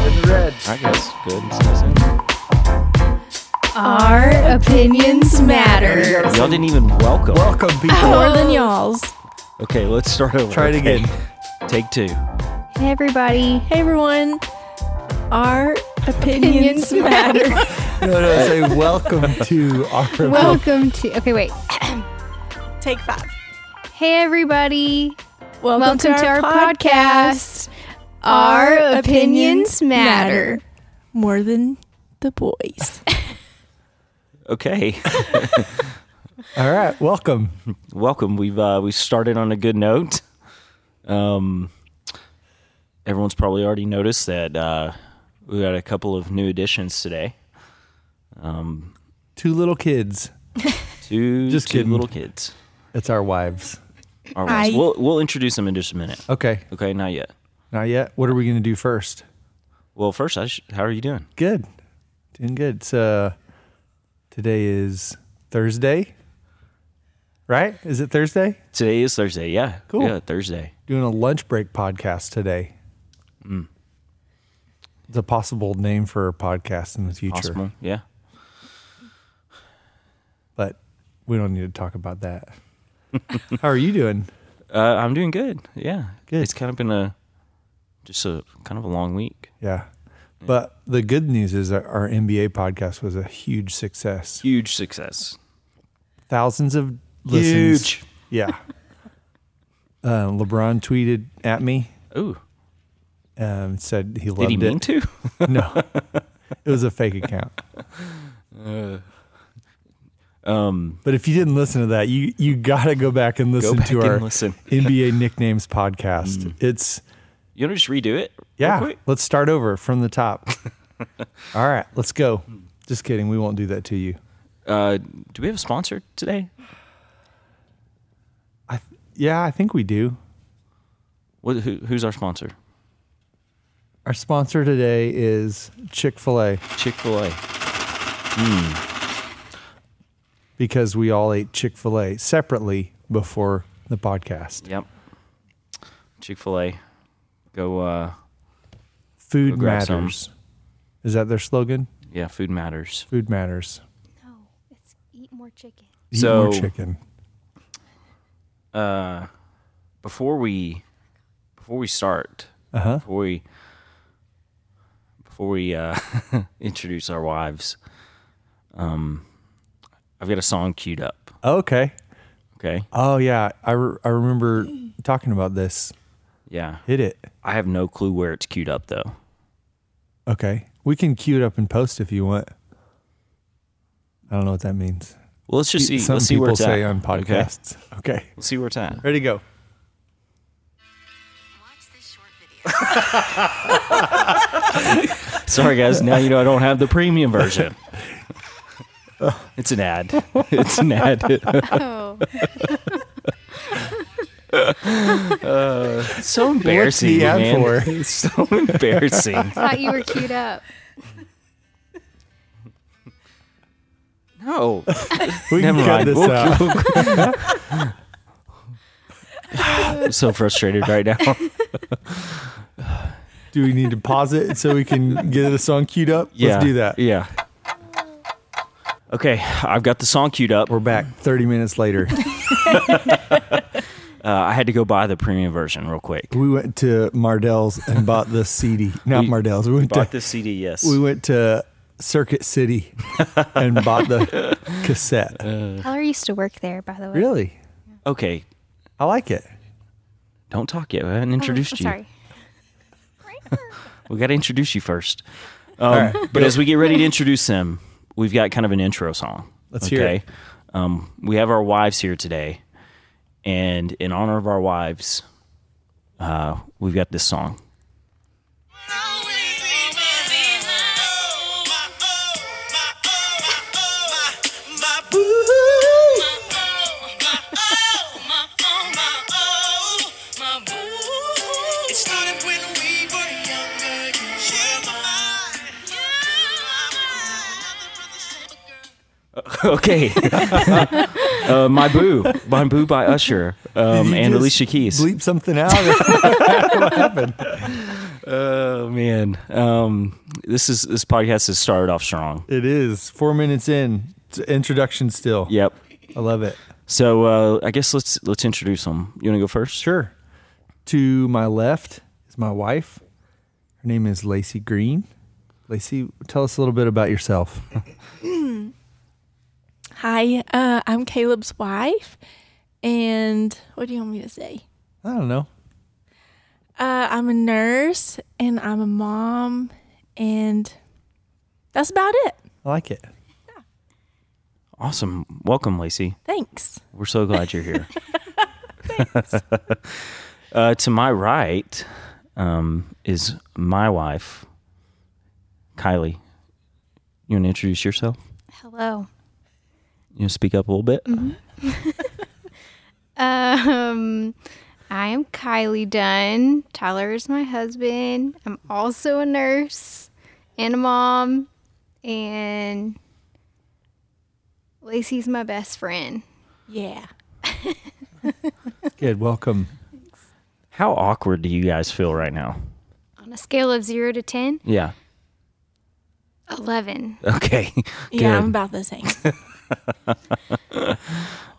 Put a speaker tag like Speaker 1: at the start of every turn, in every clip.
Speaker 1: I guess good. It's nice in.
Speaker 2: Our opinions matter.
Speaker 1: Y'all didn't even welcome.
Speaker 3: Welcome, people.
Speaker 2: More than y'all's.
Speaker 1: Okay, let's start over.
Speaker 3: Try it
Speaker 1: okay?
Speaker 3: again.
Speaker 1: Take two.
Speaker 2: Hey, everybody. Hey, everyone. Our opinions, matter.
Speaker 3: No, no, say welcome to our.
Speaker 4: Welcome to. Okay, wait.
Speaker 2: Take five.
Speaker 4: Hey, everybody.
Speaker 2: Welcome,
Speaker 4: Welcome
Speaker 2: to, our, podcast. Our opinions matter. More than the boys.
Speaker 1: Okay,
Speaker 3: All right, welcome.
Speaker 1: welcome. We've uh, we started on a good note. Um, everyone's probably already noticed that uh, we got a couple of new additions today. Um,
Speaker 3: Two little kids.
Speaker 1: two
Speaker 3: Just
Speaker 1: two
Speaker 3: kidding.
Speaker 1: little kids.
Speaker 3: It's our wives.
Speaker 1: All right,
Speaker 2: I-
Speaker 1: we'll we'll introduce them in just a minute.
Speaker 3: Okay,
Speaker 1: Okay, not yet.
Speaker 3: not yet. What are we going to do first?
Speaker 1: Well, first, I sh- how are you doing?
Speaker 3: Good. Doing good. It's, uh, today is Thursday, right? Is it Thursday?
Speaker 1: Today is Thursday. Yeah,
Speaker 3: Cool.
Speaker 1: Yeah, Thursday.
Speaker 3: Doing a lunch break podcast today. It's a possible name for a podcast in the future,
Speaker 1: Possible. Yeah.
Speaker 3: but we don't need to talk about that. How are you doing?
Speaker 1: Uh, I'm doing good. Yeah,
Speaker 3: Good.
Speaker 1: It's kind of been a just a kind of a long week.
Speaker 3: Yeah. But the good news is that our NBA podcast was a huge success.
Speaker 1: Huge success.
Speaker 3: Thousands of listens. Yeah. uh, LeBron tweeted at me,
Speaker 1: Ooh,
Speaker 3: um, said he loved
Speaker 1: did he mean
Speaker 3: it.
Speaker 1: to?
Speaker 3: No. it was a fake account.
Speaker 1: Um,
Speaker 3: But if you didn't listen to that, you you got to go back and listen
Speaker 1: back
Speaker 3: to
Speaker 1: and
Speaker 3: our
Speaker 1: listen.
Speaker 3: NBA nicknames podcast. It's
Speaker 1: you want to just redo it? real
Speaker 3: yeah.
Speaker 1: quick?
Speaker 3: Let's start over from the top. All right, let's go. Just kidding. We won't do that to you.
Speaker 1: Uh, do we have a sponsor today?
Speaker 3: I th- yeah, I think we do.
Speaker 1: What, who, who's our sponsor?
Speaker 3: Our sponsor today is Chick Fil A
Speaker 1: Chick Fil A.
Speaker 3: because we all ate Chick Fil A separately before the podcast.
Speaker 1: Yep. Chick Fil A. Go. Uh, Go
Speaker 3: Food
Speaker 1: grab some.
Speaker 3: matters. Is that their slogan?
Speaker 1: yeah, food matters.
Speaker 3: Food matters.
Speaker 4: No, it's eat more chicken.
Speaker 3: Eat
Speaker 1: So-
Speaker 3: more chicken.
Speaker 1: uh, before we before we start,
Speaker 3: Uh-huh.
Speaker 1: before we before we uh, introduce our wives, um, I've got a song queued up.
Speaker 3: Oh, Okay.
Speaker 1: Okay,
Speaker 3: Oh yeah, I, re- I remember talking about this.
Speaker 1: yeah,
Speaker 3: Hit it.
Speaker 1: I have no clue where it's queued up though.
Speaker 3: Okay. We can queue it up and post if you want. I don't know what that means.
Speaker 1: Well, let's just see.
Speaker 3: Some
Speaker 1: let's see
Speaker 3: people
Speaker 1: where it's
Speaker 3: say uh,
Speaker 1: at.
Speaker 3: on
Speaker 1: okay?
Speaker 3: podcasts. Okay.
Speaker 1: Let's see where it's at.
Speaker 3: Ready go.
Speaker 5: Watch this short video.
Speaker 1: Sorry guys, now you know I don't have the premium version. It's an ad. It's an ad.
Speaker 4: Oh,
Speaker 1: It's so embarrassing,
Speaker 3: the ad
Speaker 1: man.
Speaker 3: for?
Speaker 1: It's so embarrassing.
Speaker 4: thought you were queued up.
Speaker 1: No,
Speaker 3: We
Speaker 1: Never
Speaker 3: can cut
Speaker 1: mind.
Speaker 3: this
Speaker 1: We'll-
Speaker 3: out.
Speaker 1: I'm so frustrated right now.
Speaker 3: Do we need to pause it so we can get the song queued up? Let's do that.
Speaker 1: Yeah. Okay, I've got the song queued up. Uh,
Speaker 3: We're back 30 minutes later.
Speaker 1: uh, I had to go buy the premium version real quick.
Speaker 3: we went to Mardell's and bought the CD. Not
Speaker 1: We-
Speaker 3: Mardell's. We went
Speaker 1: Bought
Speaker 3: to
Speaker 1: the CD, yes.
Speaker 3: we went to Circuit City and bought the cassette.
Speaker 4: Heller used to work there, by the way.
Speaker 3: really?
Speaker 1: okay,
Speaker 3: I like it.
Speaker 1: don't talk yet. I haven't
Speaker 4: Oh,
Speaker 1: introduced
Speaker 4: I'm
Speaker 1: you.
Speaker 4: Sorry.
Speaker 1: We got to introduce you first. Um,
Speaker 3: All right,
Speaker 1: But as we get ready to introduce them, we've got kind of an intro song.
Speaker 3: Let's hear it.
Speaker 1: Um, we have our wives here today, and in honor of our wives, uh, we've got this song. Okay, uh, my boo, my boo by Usher um,
Speaker 3: You
Speaker 1: and
Speaker 3: just
Speaker 1: Alicia Keys.
Speaker 3: Bleep something out.
Speaker 1: Uh, Oh man, um, this is this podcast has started off strong.
Speaker 3: It is four minutes in. It's introduction still.
Speaker 1: Yep.
Speaker 3: I love it.
Speaker 1: So uh, I guess let's let's introduce them. You want to go first?
Speaker 3: Sure. To my left is my wife. Her name is Lacey Green. Lacey, tell us a little bit about yourself.
Speaker 2: Hi, uh, I'm Caleb's wife. And what do you want me to say?
Speaker 3: I don't know.
Speaker 2: Uh, I'm a nurse and I'm a mom, and that's about it.
Speaker 3: I like it.
Speaker 1: Awesome. Welcome, Lacey.
Speaker 2: Thanks.
Speaker 1: We're so glad you're here. uh, to my right um, is my wife, Kylie. You want to introduce yourself?
Speaker 4: Hello.
Speaker 1: You want to speak up a little bit?
Speaker 4: Um, I am Kylie Dunn. Tyler is my husband. I'm also a nurse and a mom. And Lacey's my best friend.
Speaker 2: Yeah.
Speaker 3: Good. Welcome.
Speaker 1: How awkward do you guys feel right now?
Speaker 4: On a scale of zero to 10,
Speaker 1: Yeah.
Speaker 4: 11.
Speaker 1: Okay.
Speaker 2: Yeah, I'm about the same.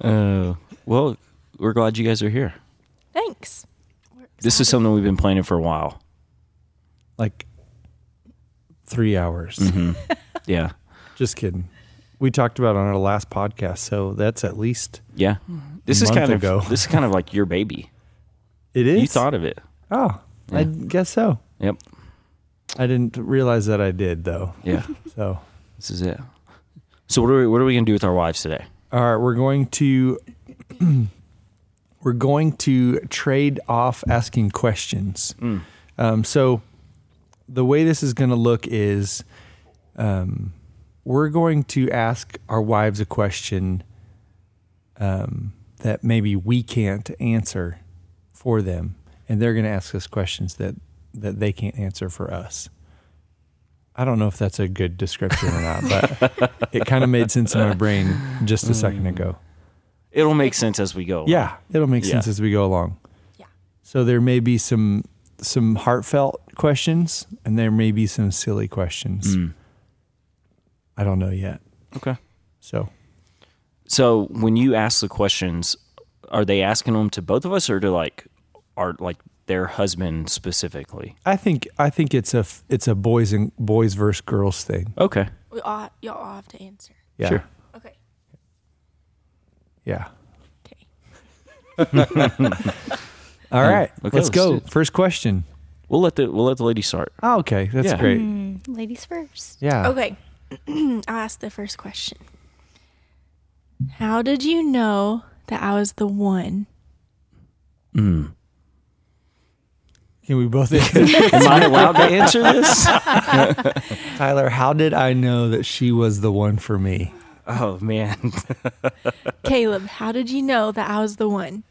Speaker 1: Uh, well, we're glad you guys are here.
Speaker 2: Thanks.
Speaker 1: This is something we've been planning for a while.
Speaker 3: Like three hours.
Speaker 1: Yeah.
Speaker 3: Just kidding. We talked about it on our last podcast, so that's at least
Speaker 1: Yeah. This is
Speaker 3: month
Speaker 1: kind
Speaker 3: ago.
Speaker 1: of this is kind of like your baby.
Speaker 3: it is.
Speaker 1: You thought of it.
Speaker 3: Oh, I guess so.
Speaker 1: Yep.
Speaker 3: I didn't realize that I did though.
Speaker 1: Yeah.
Speaker 3: So,
Speaker 1: this is it. So what are we what are we gonna do with our wives today?
Speaker 3: all right, we're going to we're going to trade off asking questions. Um, so, the way this is going to look is, um, we're going to ask our wives a question um, that maybe we can't answer for them, and they're going to ask us questions that that they can't answer for us. I don't know if that's a good description or not, but it kind of made sense in my brain just a second ago.
Speaker 1: It'll make sense as we go.
Speaker 3: Mm. Yeah, it'll make
Speaker 1: Yeah.
Speaker 3: sense as we go along.
Speaker 2: Yeah.
Speaker 3: So there may be some some heartfelt questions, and there may be some silly questions.
Speaker 1: Mm.
Speaker 3: I don't know yet.
Speaker 1: Okay.
Speaker 3: So
Speaker 1: So when you ask the questions, are they asking them to both of us or to like are like their husband specifically?
Speaker 3: I think I think it's a f- it's a boys and boys versus girls thing.
Speaker 1: Okay.
Speaker 2: We all, y'all all have to answer.
Speaker 3: Yeah.
Speaker 1: Sure.
Speaker 2: Okay.
Speaker 3: Yeah.
Speaker 2: Okay.
Speaker 3: All right.
Speaker 1: okay,
Speaker 3: let's
Speaker 1: let's
Speaker 3: go.
Speaker 1: do it.
Speaker 3: First question.
Speaker 1: We'll let the we'll let the lady start.
Speaker 3: Oh, okay. That's
Speaker 1: Yeah.
Speaker 3: great.
Speaker 4: Mm, ladies first.
Speaker 3: Yeah.
Speaker 2: Okay. I'll ask the first question. How did you know that I was the one?
Speaker 1: Mm.
Speaker 3: Can we both answer?
Speaker 1: Am I allowed to answer this?
Speaker 3: Tyler, how did I know that she was the one for me?
Speaker 1: Oh man.
Speaker 2: Caleb, how did you know that I was the one?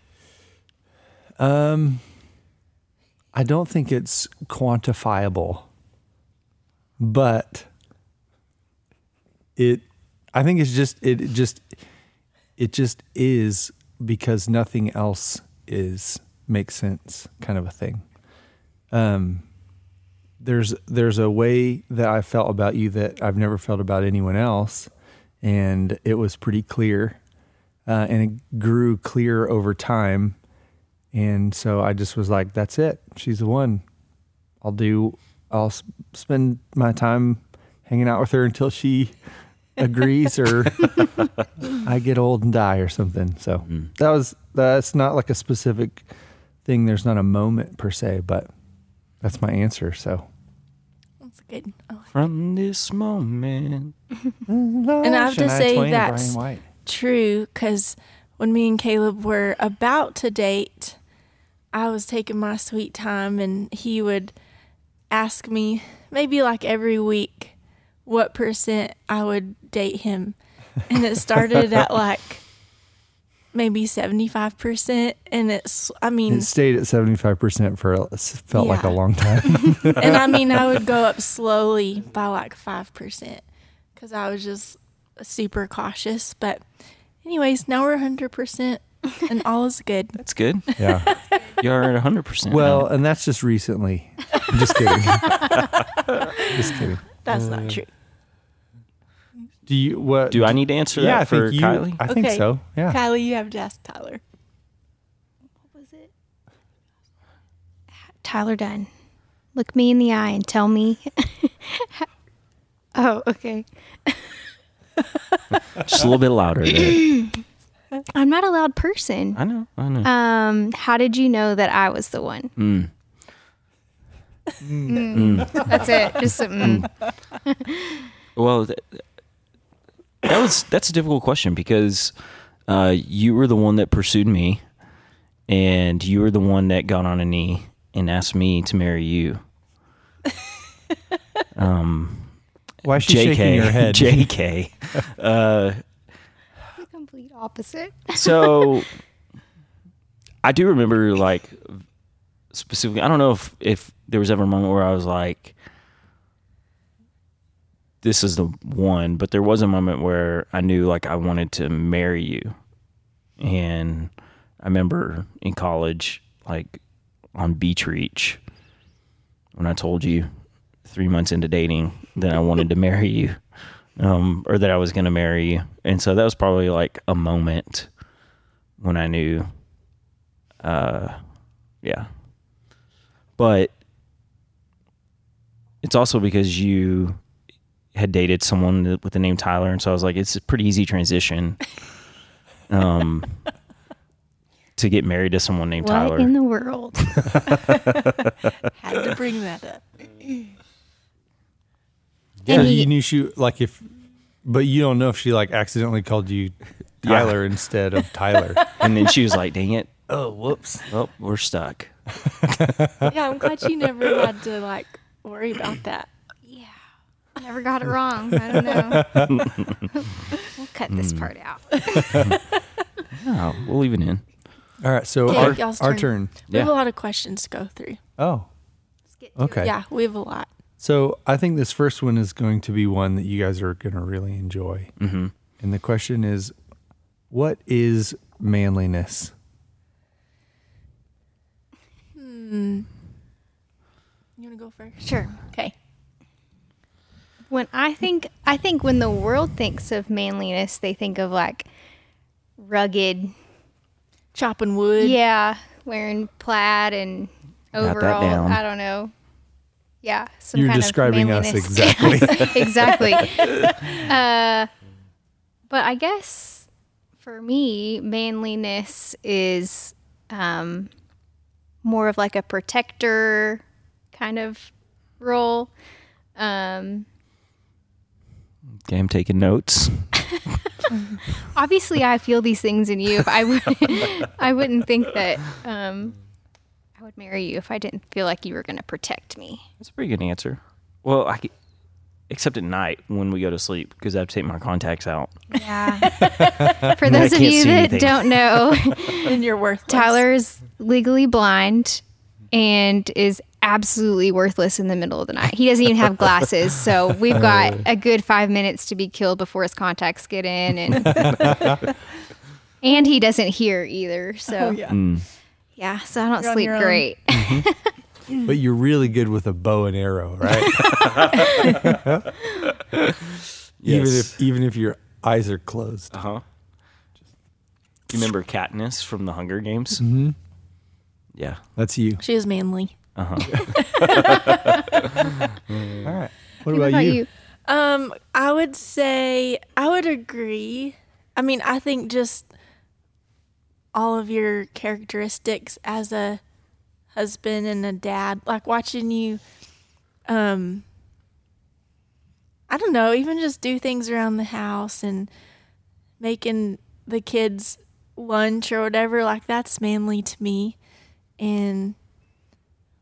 Speaker 3: Um, I don't think it's quantifiable, but it. I think it's just it just it just is because nothing else is makes sense, kind of a thing. Um, there's there's a way that I felt about you that I've never felt about anyone else, and it was pretty clear, uh, and it grew clear over time. And so I just was like, that's it. She's the one. I'll do, I'll s- spend my time hanging out with her until she agrees or I get old and die or something. So
Speaker 2: Mm-hmm.
Speaker 3: that was, that's not like a specific thing. There's not a moment per se, but that's my answer. So,
Speaker 2: That's good. I like
Speaker 1: From this moment.
Speaker 3: and
Speaker 2: I have to say that's-
Speaker 3: White.
Speaker 2: True, because when me and Caleb were about to date, I was taking my sweet time, and he would ask me maybe like every week what percent I would date him. And it started at like maybe 75%. And it's, I mean,
Speaker 3: It stayed at 75% for, a- felt like a
Speaker 2: Yeah.
Speaker 3: long time.
Speaker 2: and I mean, I would go up slowly by like 5% because I was just super cautious. But, anyways, now we're 100%. and all is good.
Speaker 1: That's good.
Speaker 3: Yeah.
Speaker 1: You are at 100%.
Speaker 3: Well, and that's just recently. I'm just kidding. just kidding.
Speaker 2: That's not true.
Speaker 3: Do you what?
Speaker 1: do I need to answer
Speaker 3: yeah, I
Speaker 1: that for
Speaker 3: think you,
Speaker 1: Kylie?
Speaker 3: I think
Speaker 2: Okay.
Speaker 3: so. Yeah.
Speaker 2: Kylie, you have to ask Tyler.
Speaker 4: What was it? Tyler Dunn. Look me in the eye and tell me. oh, okay.
Speaker 1: Just a little bit louder. there.
Speaker 4: I'm not a loud person.
Speaker 1: I know. I know.
Speaker 4: Um, how did you know that I was the one? Mm.
Speaker 1: Mm.
Speaker 4: That's it. Just a mm.
Speaker 1: Well, th- that was that's a difficult question because uh, you were the one that pursued me, and you were the one that got on a knee and asked me to marry you.
Speaker 3: Why is she shaking her head?
Speaker 1: JK. Uh,
Speaker 4: the complete opposite.
Speaker 1: so I do remember like specifically I don't know if if there was ever a moment where I was like this is the one, but there was a moment where I knew like I wanted to marry you. And I remember in college like on beach reach when I told you 3 months into dating that I wanted to marry you um, or that I was going to marry you. And so that was probably like a moment when I knew, uh, yeah. But it's also because you had dated someone with the name Tyler, and so I was like, it's a pretty easy transition. Um. To get married to someone named
Speaker 4: What
Speaker 1: Tyler.
Speaker 4: in the world?
Speaker 2: Had to bring that up.
Speaker 3: Yeah,
Speaker 4: And he-
Speaker 3: you knew she like if, but you don't know if she like accidentally called you
Speaker 1: Yeah.
Speaker 3: Tyler instead of Tyler.
Speaker 1: and then she was like, dang it.
Speaker 3: oh, whoops.
Speaker 1: Well, we're stuck.
Speaker 2: Yeah, I'm glad you never had to like worry about that.
Speaker 4: yeah. Never got it wrong. I don't know. we'll cut this
Speaker 1: Mm.
Speaker 4: part out.
Speaker 1: No, Oh, we'll leave it in.
Speaker 3: All right, so
Speaker 2: Yeah,
Speaker 3: our,
Speaker 2: y'all's
Speaker 3: our turn.
Speaker 2: turn.
Speaker 1: Yeah.
Speaker 2: We have a lot of questions to go through.
Speaker 3: Oh, okay.
Speaker 2: Yeah, we have a lot.
Speaker 3: So I think this first one is going to be one that you guys are going to really enjoy. Mm-hmm. And the question is, what is manliness?
Speaker 2: You want to go first?
Speaker 4: Sure.
Speaker 2: Okay.
Speaker 4: when I think I think when the world thinks of manliness, they think of like rugged,
Speaker 2: Chopping wood.
Speaker 4: yeah, wearing plaid and
Speaker 1: that
Speaker 4: overall.
Speaker 1: down.
Speaker 4: I don't know. Yeah, some
Speaker 3: You're
Speaker 4: kind
Speaker 3: describing
Speaker 4: of
Speaker 3: us
Speaker 4: manliness.
Speaker 3: exactly.
Speaker 4: exactly. uh, but I guess for me, manliness is um, more of like a protector kind of role. Um,
Speaker 1: Okay, I'm taking notes.
Speaker 4: obviously I feel these things in you. But I would, I wouldn't think that um, I would marry you if I didn't feel like you were going to protect me.
Speaker 1: That's a pretty good answer. Well, I c- except at night when we go to sleep because I have to take my contacts out.
Speaker 4: Yeah. For
Speaker 1: I
Speaker 4: those of
Speaker 1: can't
Speaker 4: you
Speaker 1: see
Speaker 4: that
Speaker 1: anything.
Speaker 4: don't know,
Speaker 2: Then you're worthless.
Speaker 4: Tyler is legally blind and is absolutely worthless in the middle of the night. He doesn't even have glasses, so we've got
Speaker 1: Oh.
Speaker 4: a good five minutes to be killed before his contacts get in, and and he doesn't hear either. So
Speaker 2: Oh, yeah.
Speaker 1: Mm.
Speaker 4: yeah, so I don't
Speaker 2: You're on
Speaker 4: sleep
Speaker 2: your own.
Speaker 4: great.
Speaker 3: but you're really good with a bow and arrow, right? Even if even if your eyes are closed.
Speaker 1: uh huh. You remember Katniss from the Hunger Games? Mm-hmm. Yeah.
Speaker 3: That's you.
Speaker 2: She is manly.
Speaker 1: Uh huh.
Speaker 3: All right. What
Speaker 4: What
Speaker 3: about, you?
Speaker 2: Um, I would say I would agree. I mean, I think just all of your characteristics as a husband and a dad, like watching you um I don't know, even just do things around the house and making the kids lunch or whatever, like that's manly to me. And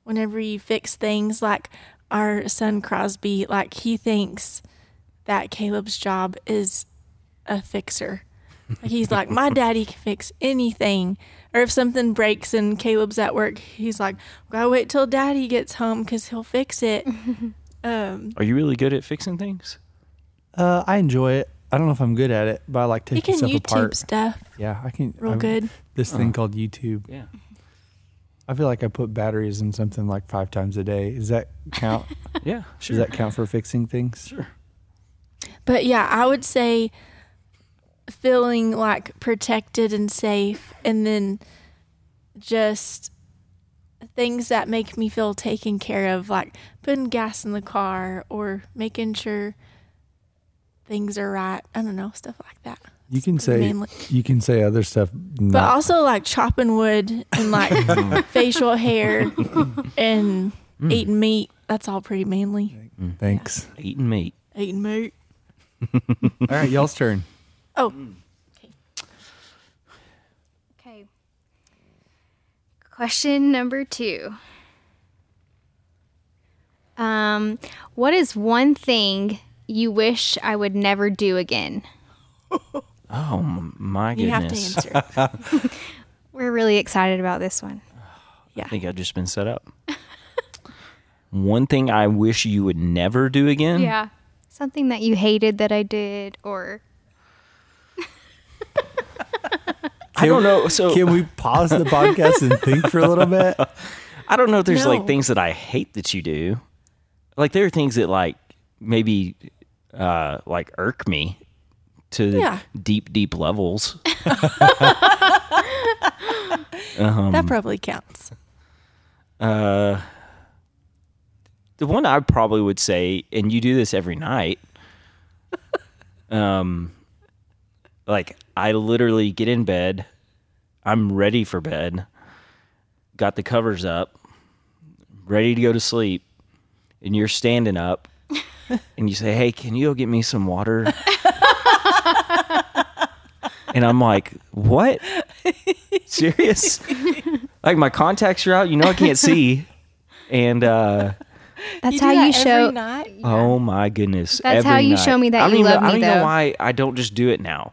Speaker 2: whenever you fix things like our son Crosby, like he thinks that Caleb's job is a fixer. Like he's like, My daddy can fix anything. Or if something breaks and Caleb's at work, he's like, Gotta wait till daddy gets home because he'll fix it. um,
Speaker 1: Are you really good at fixing things?
Speaker 3: Uh, I enjoy it. I don't know if I'm good at it, but I like
Speaker 2: You
Speaker 3: taking
Speaker 2: can
Speaker 3: stuff
Speaker 2: YouTube
Speaker 3: apart.
Speaker 2: stuff
Speaker 3: Yeah, I can.
Speaker 2: real
Speaker 3: I'm-
Speaker 2: good.
Speaker 3: This thing called YouTube.
Speaker 1: Yeah.
Speaker 3: I feel like I put batteries in something like five times a day. Does that count?
Speaker 1: Yeah. Sure.
Speaker 3: Does that count for fixing things?
Speaker 1: sure.
Speaker 2: But yeah, I would say feeling like protected and safe, and then just things that make me feel taken care of, like putting gas in the car or making sure things are right. I don't know, stuff like that.
Speaker 3: You can say
Speaker 2: Mainly.
Speaker 3: you can say other stuff.
Speaker 2: But
Speaker 3: not-
Speaker 2: also like chopping wood and like facial hair and eating meat. That's all pretty manly.
Speaker 3: thanks.
Speaker 1: Eating meat.
Speaker 2: Eating meat.
Speaker 3: All right, y'all's turn.
Speaker 2: Oh,
Speaker 4: Okay. Question number two. Um, what is one thing you wish I would never do again?
Speaker 1: Oh m- my
Speaker 2: you have to
Speaker 1: goodness!
Speaker 2: answer. it.
Speaker 4: We're really excited about this one.
Speaker 1: I think I've just been set up. One thing I wish you would never do again.
Speaker 4: Yeah. Something that you hated that I did, or
Speaker 1: I don't know. So
Speaker 3: Can we pause the podcast and think for a little bit?
Speaker 1: I don't know if there's like
Speaker 2: No.
Speaker 1: things that I hate that you do. Like there are things that like maybe uh like irk me to
Speaker 2: Yeah.
Speaker 1: deep deep levels.
Speaker 2: that probably counts.
Speaker 1: Uh the one I probably would say and you do this every night. um like I literally get in bed. I'm ready for bed. Got the covers up. Ready to go to sleep. And you're standing up and you say, "Hey, can you go get me some water?" and I'm like, "What? Serious? like my contacts are out. You know I can't see." And uh,
Speaker 4: that's how you show.
Speaker 2: night?
Speaker 1: oh my goodness,
Speaker 4: That's
Speaker 1: every
Speaker 4: how you
Speaker 1: night.
Speaker 4: show me that
Speaker 1: I don't
Speaker 4: you
Speaker 1: even
Speaker 4: love
Speaker 1: know, I don't
Speaker 4: me,
Speaker 1: even know
Speaker 4: though.
Speaker 1: why I don't just do it now.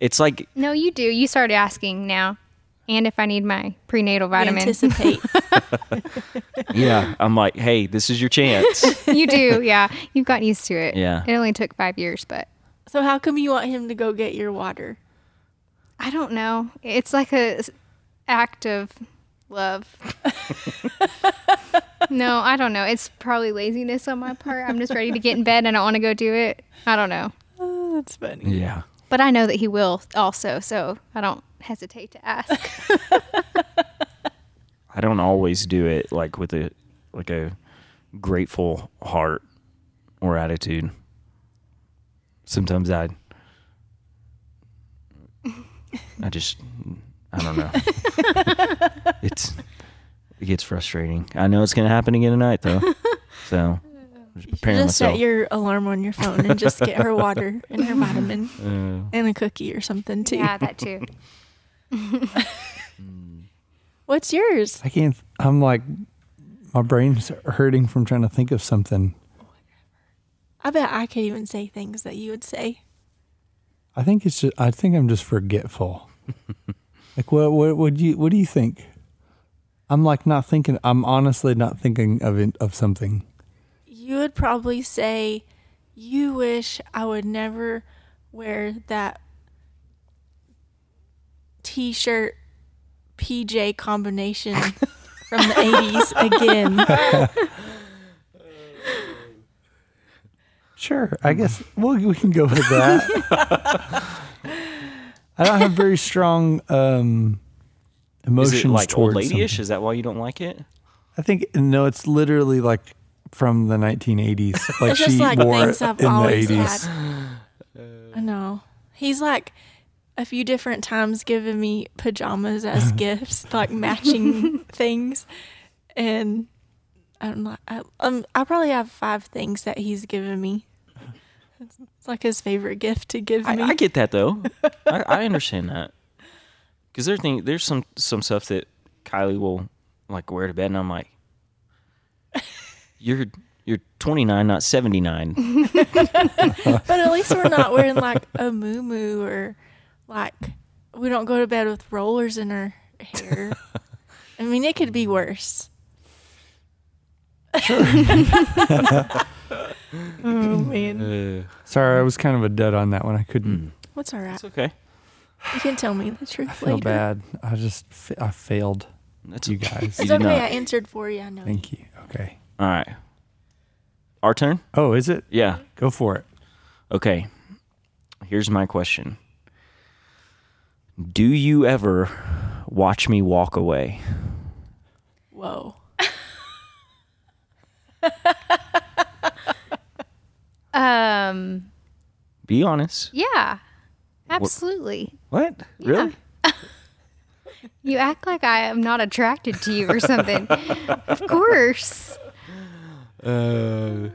Speaker 1: It's like
Speaker 4: No, you do. You start asking now. And if I need my prenatal vitamins,
Speaker 2: Anticipate.
Speaker 1: yeah, I'm like, "Hey, this is your chance."
Speaker 4: you do. Yeah. You've gotten used to it.
Speaker 1: Yeah.
Speaker 4: It only took five years, but
Speaker 2: so how come you want him to go get your water?
Speaker 4: I don't know. It's like a s- act of love. no, I don't know. It's probably laziness on my part. I'm just ready to get in bed. I don't want to go do it. I don't know.
Speaker 2: Oh, that's funny.
Speaker 1: yeah.
Speaker 4: But I know that he will also, so I don't hesitate to ask.
Speaker 1: I don't always do it like with a like a grateful heart or attitude. Sometimes I I just I don't know. it's it gets frustrating. I know it's gonna happen again tonight though. So I'm just preparing
Speaker 2: Just set
Speaker 1: myself.
Speaker 2: your alarm on your phone and just get her water and her vitamin and a cookie or something too.
Speaker 4: yeah, that too.
Speaker 2: What's yours?
Speaker 3: I can't. I'm like, my brain's hurting from trying to think of something.
Speaker 2: I bet I could even say things that you would say.
Speaker 3: I think it's. Just, I think I'm just forgetful. like, what? What would you? What do you think? I'm like not thinking. I'm honestly not thinking of it, of something.
Speaker 2: You would probably say, "You wish I would never wear that t-shirt PJ combination from the '80s again."
Speaker 3: Sure. I guess. Well, we can go with that. I don't have very strong um,
Speaker 1: Is
Speaker 3: emotions
Speaker 1: it like old
Speaker 3: towards
Speaker 1: ladyish?
Speaker 3: something.
Speaker 1: Is that why you don't like it?
Speaker 3: I think no. It's literally like from the 1980s. Like
Speaker 2: It's just
Speaker 3: she
Speaker 2: like
Speaker 3: wore it
Speaker 2: things I've
Speaker 3: in the
Speaker 2: always
Speaker 3: 80s.
Speaker 2: had. I know. He's like a few different times given me pajamas as gifts, like matching things. And I'm like, I, um, I probably have five things that he's given me. It's like his favorite gift to give
Speaker 1: I,
Speaker 2: me.
Speaker 1: I get that though. I, I understand that because there's thing there's some some stuff that Kylie will like wear to bed, and I'm like, you're you're 29, not 79.
Speaker 2: but at least we're not wearing like a moo or like we don't go to bed with rollers in our hair. I mean, it could be worse. man.
Speaker 1: Uh,
Speaker 3: Sorry, I was kind of a dud on that one. I
Speaker 1: Mm.
Speaker 3: couldn't
Speaker 2: What's all right?
Speaker 1: it's okay.
Speaker 2: You can tell me the truth
Speaker 3: feel
Speaker 2: later.
Speaker 3: bad. I just fa- I failed
Speaker 1: That's
Speaker 3: you guys.
Speaker 1: You
Speaker 2: It's
Speaker 1: did
Speaker 2: okay.
Speaker 1: not.
Speaker 2: I answered for you. I know.
Speaker 3: Thank you. Okay.
Speaker 1: All right. Our turn?
Speaker 3: Oh, is it?
Speaker 1: Yeah.
Speaker 3: Go for it.
Speaker 1: Okay. Here's my question Do you ever watch me walk away?
Speaker 2: Whoa.
Speaker 4: Um,
Speaker 1: Be honest.
Speaker 4: yeah, absolutely.
Speaker 1: What? Really?
Speaker 4: You act like I am not attracted to you or something. of course.
Speaker 3: Uh,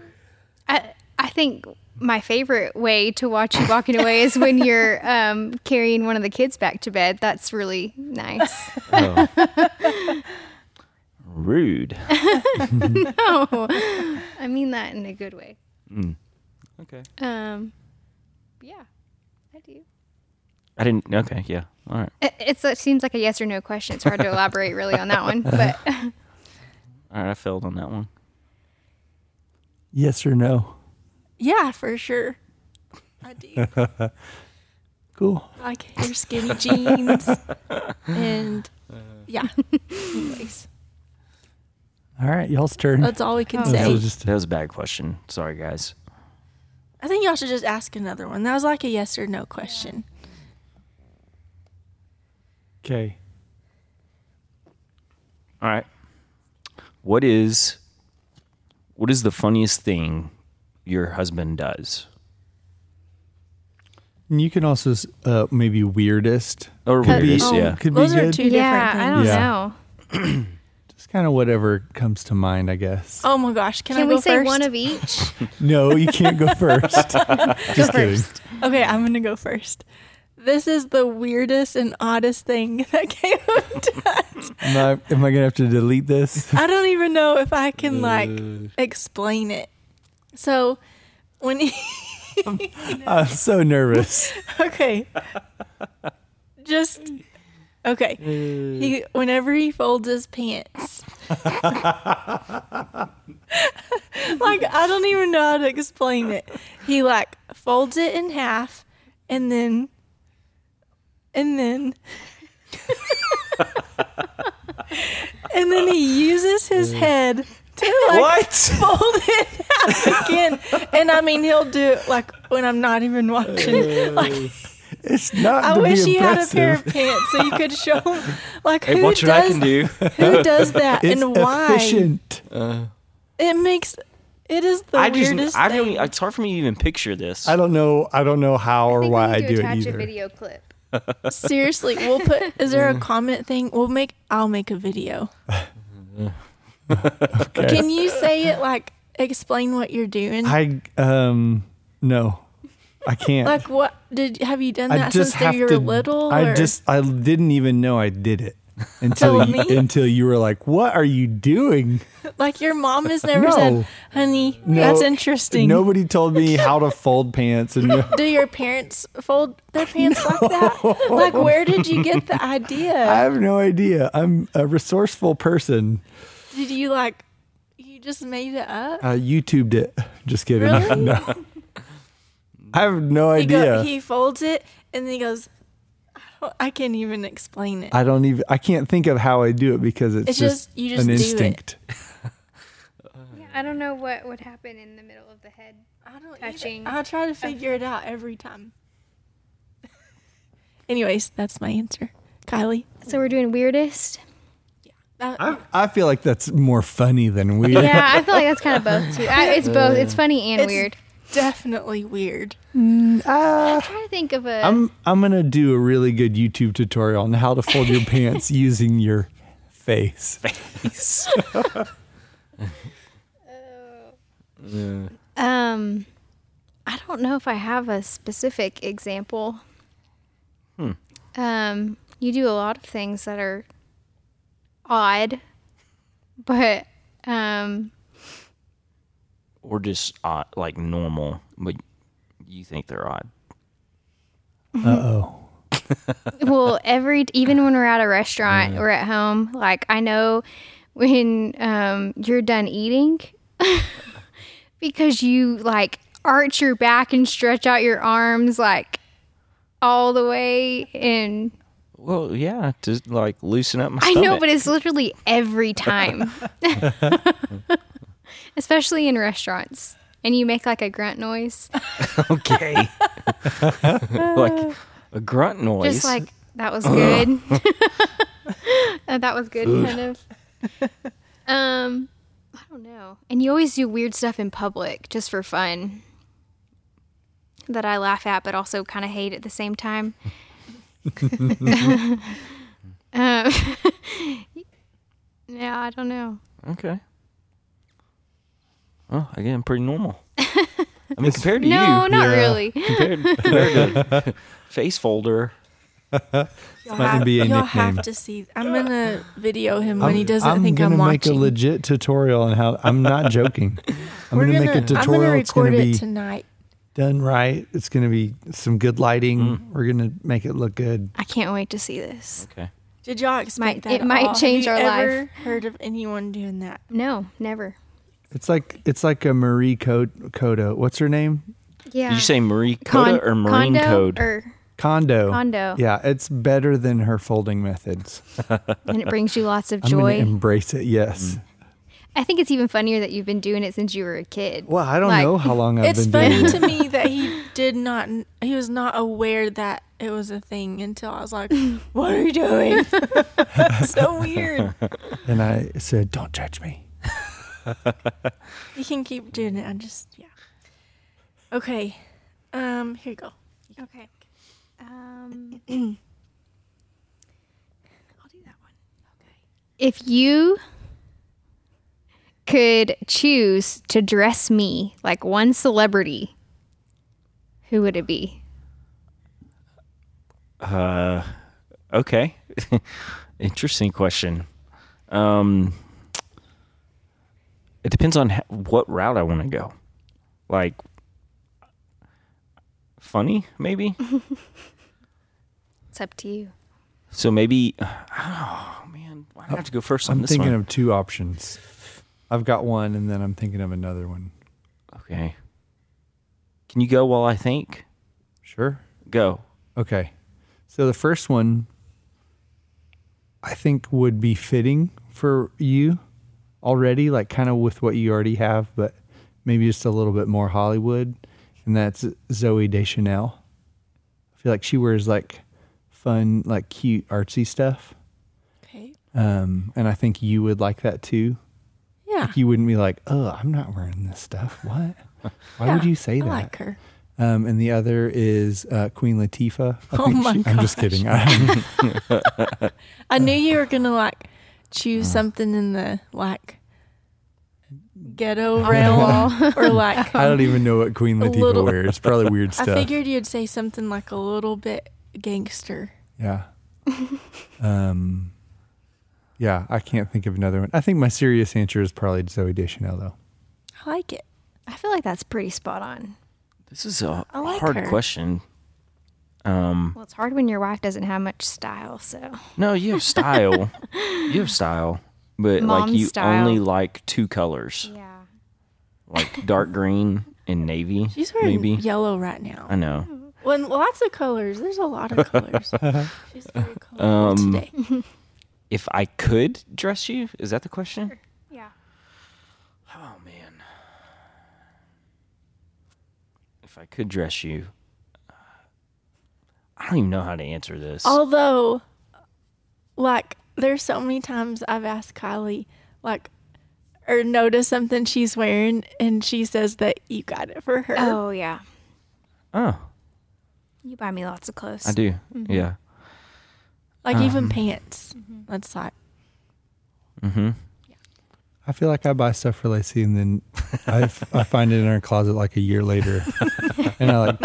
Speaker 4: I I think my favorite way to watch you walking away is when you're um, carrying one of the kids back to bed. That's really nice.
Speaker 1: Rude.
Speaker 4: no, I mean that in a good way.
Speaker 1: Okay.
Speaker 4: Um, yeah, I do.
Speaker 1: I didn't. Okay. Yeah. All right.
Speaker 4: It, it's, it seems like a yes or no question. It's hard to elaborate really on that one, but
Speaker 1: All right. I failed on that one.
Speaker 3: Yes or no?
Speaker 2: Yeah, for sure. I do.
Speaker 3: Cool.
Speaker 2: like your skinny jeans and yeah. Anyways,
Speaker 3: All right, y'all's turn.
Speaker 2: that's all we can
Speaker 4: Oh.
Speaker 3: That
Speaker 2: say.
Speaker 3: was just
Speaker 1: That was a bad question. Sorry, guys.
Speaker 2: I think y'all should just ask another one. That was like a yes or no question.
Speaker 3: okay.
Speaker 1: All right. What is what is the funniest thing your husband does?
Speaker 3: And you can also s- uh, maybe weirdest.
Speaker 1: Or
Speaker 3: Could be-
Speaker 1: Oh,
Speaker 3: Oh,
Speaker 1: weirdest, yeah.
Speaker 3: Could
Speaker 2: Those
Speaker 3: be
Speaker 2: are
Speaker 3: good.
Speaker 2: two
Speaker 4: yeah,
Speaker 2: different
Speaker 4: I
Speaker 2: things.
Speaker 4: don't
Speaker 3: Yeah.
Speaker 4: know.
Speaker 3: Just kind of whatever comes to mind, I guess.
Speaker 2: Oh my gosh, can,
Speaker 4: Can
Speaker 2: I go
Speaker 4: we say
Speaker 2: first?
Speaker 4: one of each?
Speaker 3: No, you can't go first. Just kidding.
Speaker 2: Okay, I'm gonna go first. This is the weirdest and oddest thing that Caleb does.
Speaker 3: Am I, am I gonna have to delete this?
Speaker 2: I don't even know if I can like
Speaker 3: Uh.
Speaker 2: explain it. So when he
Speaker 3: I'm so nervous.
Speaker 2: okay. Just okay. He whenever he folds his pants. like I don't even know how to explain it. He like folds it in half and then and then and then he uses his head to like
Speaker 1: Mm. What?
Speaker 2: fold it half again. And I mean he'll do it like when I'm not even watching. Like
Speaker 3: It's not.
Speaker 2: I
Speaker 3: to
Speaker 2: wish
Speaker 3: be
Speaker 2: you had a
Speaker 3: impressive.
Speaker 2: pair of pants so you could show 'em, like
Speaker 1: Hey,
Speaker 2: who
Speaker 1: watch
Speaker 2: does
Speaker 1: what I can do.
Speaker 2: who does that
Speaker 3: It's
Speaker 2: and why.
Speaker 3: efficient.
Speaker 2: It makes it is the
Speaker 1: I
Speaker 2: weirdest
Speaker 1: just I don't
Speaker 2: thing.
Speaker 1: it's hard for me to even picture this.
Speaker 3: I don't know. I don't know how or
Speaker 4: think we
Speaker 3: why
Speaker 4: need
Speaker 3: I
Speaker 4: to
Speaker 3: do it
Speaker 4: attach
Speaker 3: either.
Speaker 4: a video clip.
Speaker 2: Seriously, we'll put. Is there
Speaker 3: Mm.
Speaker 2: a comment thing? We'll make. I'll make a video. Can you say it like explain what you're doing?
Speaker 3: I um no, I can't.
Speaker 2: like what did have you done
Speaker 3: I
Speaker 2: that
Speaker 3: just
Speaker 2: since
Speaker 3: have
Speaker 2: you were
Speaker 3: to.
Speaker 2: little?
Speaker 3: I
Speaker 2: or-
Speaker 3: just I didn't even know I did it until
Speaker 2: Tell
Speaker 3: you,
Speaker 2: me.
Speaker 3: until you were like, "What are you doing?"
Speaker 2: like your mom has never said,
Speaker 3: No.
Speaker 2: "Honey,
Speaker 3: No,
Speaker 2: that's interesting."
Speaker 3: Nobody told me how to fold pants and no-
Speaker 2: Do your parents fold their pants like that? Like, where did you get the
Speaker 3: I
Speaker 2: idea?
Speaker 3: have no idea. I'm a resourceful person.
Speaker 2: Did you like, you just made it up?
Speaker 3: I YouTubed it. Just kidding.
Speaker 2: Really?
Speaker 3: I have no
Speaker 2: He, go-
Speaker 3: idea.
Speaker 2: he folds it and then he goes, I, don't, I can't even explain it.
Speaker 3: I don't even. I can't think of how I do it because it's,
Speaker 2: It's just- you just
Speaker 3: an
Speaker 2: do it.
Speaker 3: instinct.
Speaker 4: Yeah, I don't know what would happen in the middle of the head.
Speaker 2: I don't
Speaker 4: Touching.
Speaker 2: I'll try to figure it out every time. Anyways, that's my answer. Kylie.
Speaker 4: So we're doing weirdest.
Speaker 2: that-
Speaker 3: I, I feel like that's more funny than weird.
Speaker 4: Yeah, I feel like that's kind of both too. I, it's both. It's funny and
Speaker 2: It's-
Speaker 4: weird.
Speaker 2: definitely weird.
Speaker 3: Ah,
Speaker 4: I'm trying to think of a.
Speaker 3: I'm I'm gonna do a really good YouTube tutorial on how to fold your pants using your face.
Speaker 4: um, I don't know if I have a specific example. Hmm. Um, you do a lot of things that are odd, but um,
Speaker 1: or just odd, like normal, but you think they're odd.
Speaker 3: Uh oh.
Speaker 4: well every even when we're at a restaurant or at home like i know when um, you're done eating because you like arch your back and stretch out your arms like all the way and
Speaker 1: Well, yeah, to like loosen up my
Speaker 4: I
Speaker 1: stomach.
Speaker 4: know, but it's literally every time. Especially in restaurants. And you make like a grunt noise.
Speaker 1: okay. like a grunt noise.
Speaker 4: Just like that was good. Uh, that was good kind of. Um I don't know. And you always do weird stuff in public just for fun. That I laugh at but also kind of hate at the same time. um, yeah, I don't know.
Speaker 1: okay. Well, again, pretty normal. I mean, compared to
Speaker 4: No,
Speaker 1: you,
Speaker 4: not
Speaker 3: Yeah.
Speaker 4: really.
Speaker 1: compared, compared to face folder.
Speaker 2: You'll,
Speaker 3: my NBA
Speaker 2: you'll
Speaker 3: nickname.
Speaker 2: have to see. I'm gonna video him when he doesn't
Speaker 3: I'm
Speaker 2: think
Speaker 3: gonna
Speaker 2: I'm
Speaker 3: make
Speaker 2: watching.
Speaker 3: a legit tutorial on how. I'm not joking. I'm
Speaker 2: We're
Speaker 3: gonna, make a
Speaker 2: I'm gonna
Speaker 3: tutorial. It's
Speaker 2: record
Speaker 3: gonna
Speaker 2: it
Speaker 3: be
Speaker 2: tonight.
Speaker 3: done right. It's gonna be some good lighting. We're gonna make it look good.
Speaker 4: I can't wait to see this.
Speaker 1: Okay.
Speaker 2: Did y'all expect
Speaker 4: Might-
Speaker 2: that?
Speaker 4: it
Speaker 2: at
Speaker 4: might
Speaker 2: all?
Speaker 4: change
Speaker 2: Have
Speaker 4: our
Speaker 2: you
Speaker 4: life.
Speaker 2: ever Heard of anyone doing that?
Speaker 4: No, never.
Speaker 3: It's like it's like a Marie Code Kodo. What's her name?
Speaker 4: Yeah.
Speaker 1: Did you say Marie Coda or Marine
Speaker 4: condo
Speaker 1: Code?
Speaker 4: Or,
Speaker 3: Condo.
Speaker 4: Kondo.
Speaker 3: Yeah, it's better than her folding methods.
Speaker 4: and it brings you lots of
Speaker 3: I'm gonna
Speaker 4: joy.
Speaker 3: embrace it. Yes.
Speaker 1: Mm.
Speaker 4: I think it's even funnier that you've been doing it since you were a kid.
Speaker 3: Well, I don't
Speaker 4: Like-
Speaker 3: know how long I've
Speaker 2: it's
Speaker 3: been doing
Speaker 2: funny
Speaker 3: it.
Speaker 2: to me that he did not. He was not aware that it was a thing until I was like, "What are you doing?" so weird.
Speaker 3: And I said, "Don't judge me."
Speaker 2: You can keep doing it. I just yeah. Okay. Um. Here you go.
Speaker 4: Okay. Um, I'll do that one. Okay. If you could choose to dress me like one celebrity, who would it be?
Speaker 1: Uh, okay. Interesting question. Um, it depends on ho- what route I want to go. Like, funny, maybe?
Speaker 4: Mm-hmm. It's up to you.
Speaker 1: so maybe, oh man, why do I have to go first on
Speaker 3: I'm
Speaker 1: this
Speaker 3: thinking
Speaker 1: one?
Speaker 3: of two options. I've got one, and then I'm thinking of another one.
Speaker 1: okay. Can you go while I think?
Speaker 3: Sure.
Speaker 1: Go.
Speaker 3: Okay. So the first one I think would be fitting for you already, like kind of with what you already have, but maybe just a little bit more Hollywood. And that's Zoe Deschanel. I feel like she wears like fun, like cute, artsy stuff.
Speaker 2: Okay.
Speaker 3: Um, and I think you would like that too.
Speaker 2: Yeah.
Speaker 3: Like you wouldn't be like, oh, I'm not wearing this stuff. What? Why would
Speaker 2: Yeah,
Speaker 3: you say
Speaker 2: I
Speaker 3: that?
Speaker 2: like her.
Speaker 3: Um, and the other is uh, Queen Latifah. I
Speaker 2: Oh
Speaker 3: think
Speaker 2: my
Speaker 3: she- I'm just
Speaker 2: gosh.
Speaker 3: kidding. I,
Speaker 2: I knew you were gonna like
Speaker 3: Uh-huh.
Speaker 2: choose something in the like ghetto realm or like
Speaker 3: I don't even know what Queen
Speaker 2: A
Speaker 3: Latifah
Speaker 2: little-
Speaker 3: wears. Probably weird
Speaker 2: I
Speaker 3: stuff.
Speaker 2: figured you'd say something like a little bit gangster.
Speaker 3: yeah. um, yeah, I can't think of another one. I think my serious answer is probably Zoe Deschanel, though.
Speaker 2: I like it.
Speaker 4: I feel like that's pretty spot on.
Speaker 1: This is a
Speaker 2: I like
Speaker 1: hard
Speaker 2: her.
Speaker 1: question. Um,
Speaker 4: Well, it's hard when your wife doesn't have much style, so.
Speaker 1: No, you have style. you have style, but
Speaker 4: Mom
Speaker 1: like you
Speaker 4: style.
Speaker 1: only like two colors,
Speaker 4: Yeah.
Speaker 1: like dark green and navy.
Speaker 2: She's wearing
Speaker 1: maybe.
Speaker 2: yellow right now.
Speaker 1: I know.
Speaker 2: When lots of colors. There's a lot of colors. She's very colorful
Speaker 1: Um,
Speaker 2: today.
Speaker 1: If I could dress you, is that the question?
Speaker 4: Yeah.
Speaker 1: Oh man. If I could dress you, uh, I don't even know how to answer this.
Speaker 2: Although, like, there's so many times I've asked Kylie, like, or notice something she's wearing, and she says that you got it for her.
Speaker 4: Oh, yeah.
Speaker 1: oh,
Speaker 4: You buy me lots of clothes.
Speaker 1: I do.
Speaker 2: Mm-hmm.
Speaker 1: Yeah.
Speaker 2: like,
Speaker 1: Um.
Speaker 2: even pants. That's like,
Speaker 1: Mm-hmm.
Speaker 3: I feel like I buy stuff for Lacey, and then I, f- I find it in her closet like a year later, and I like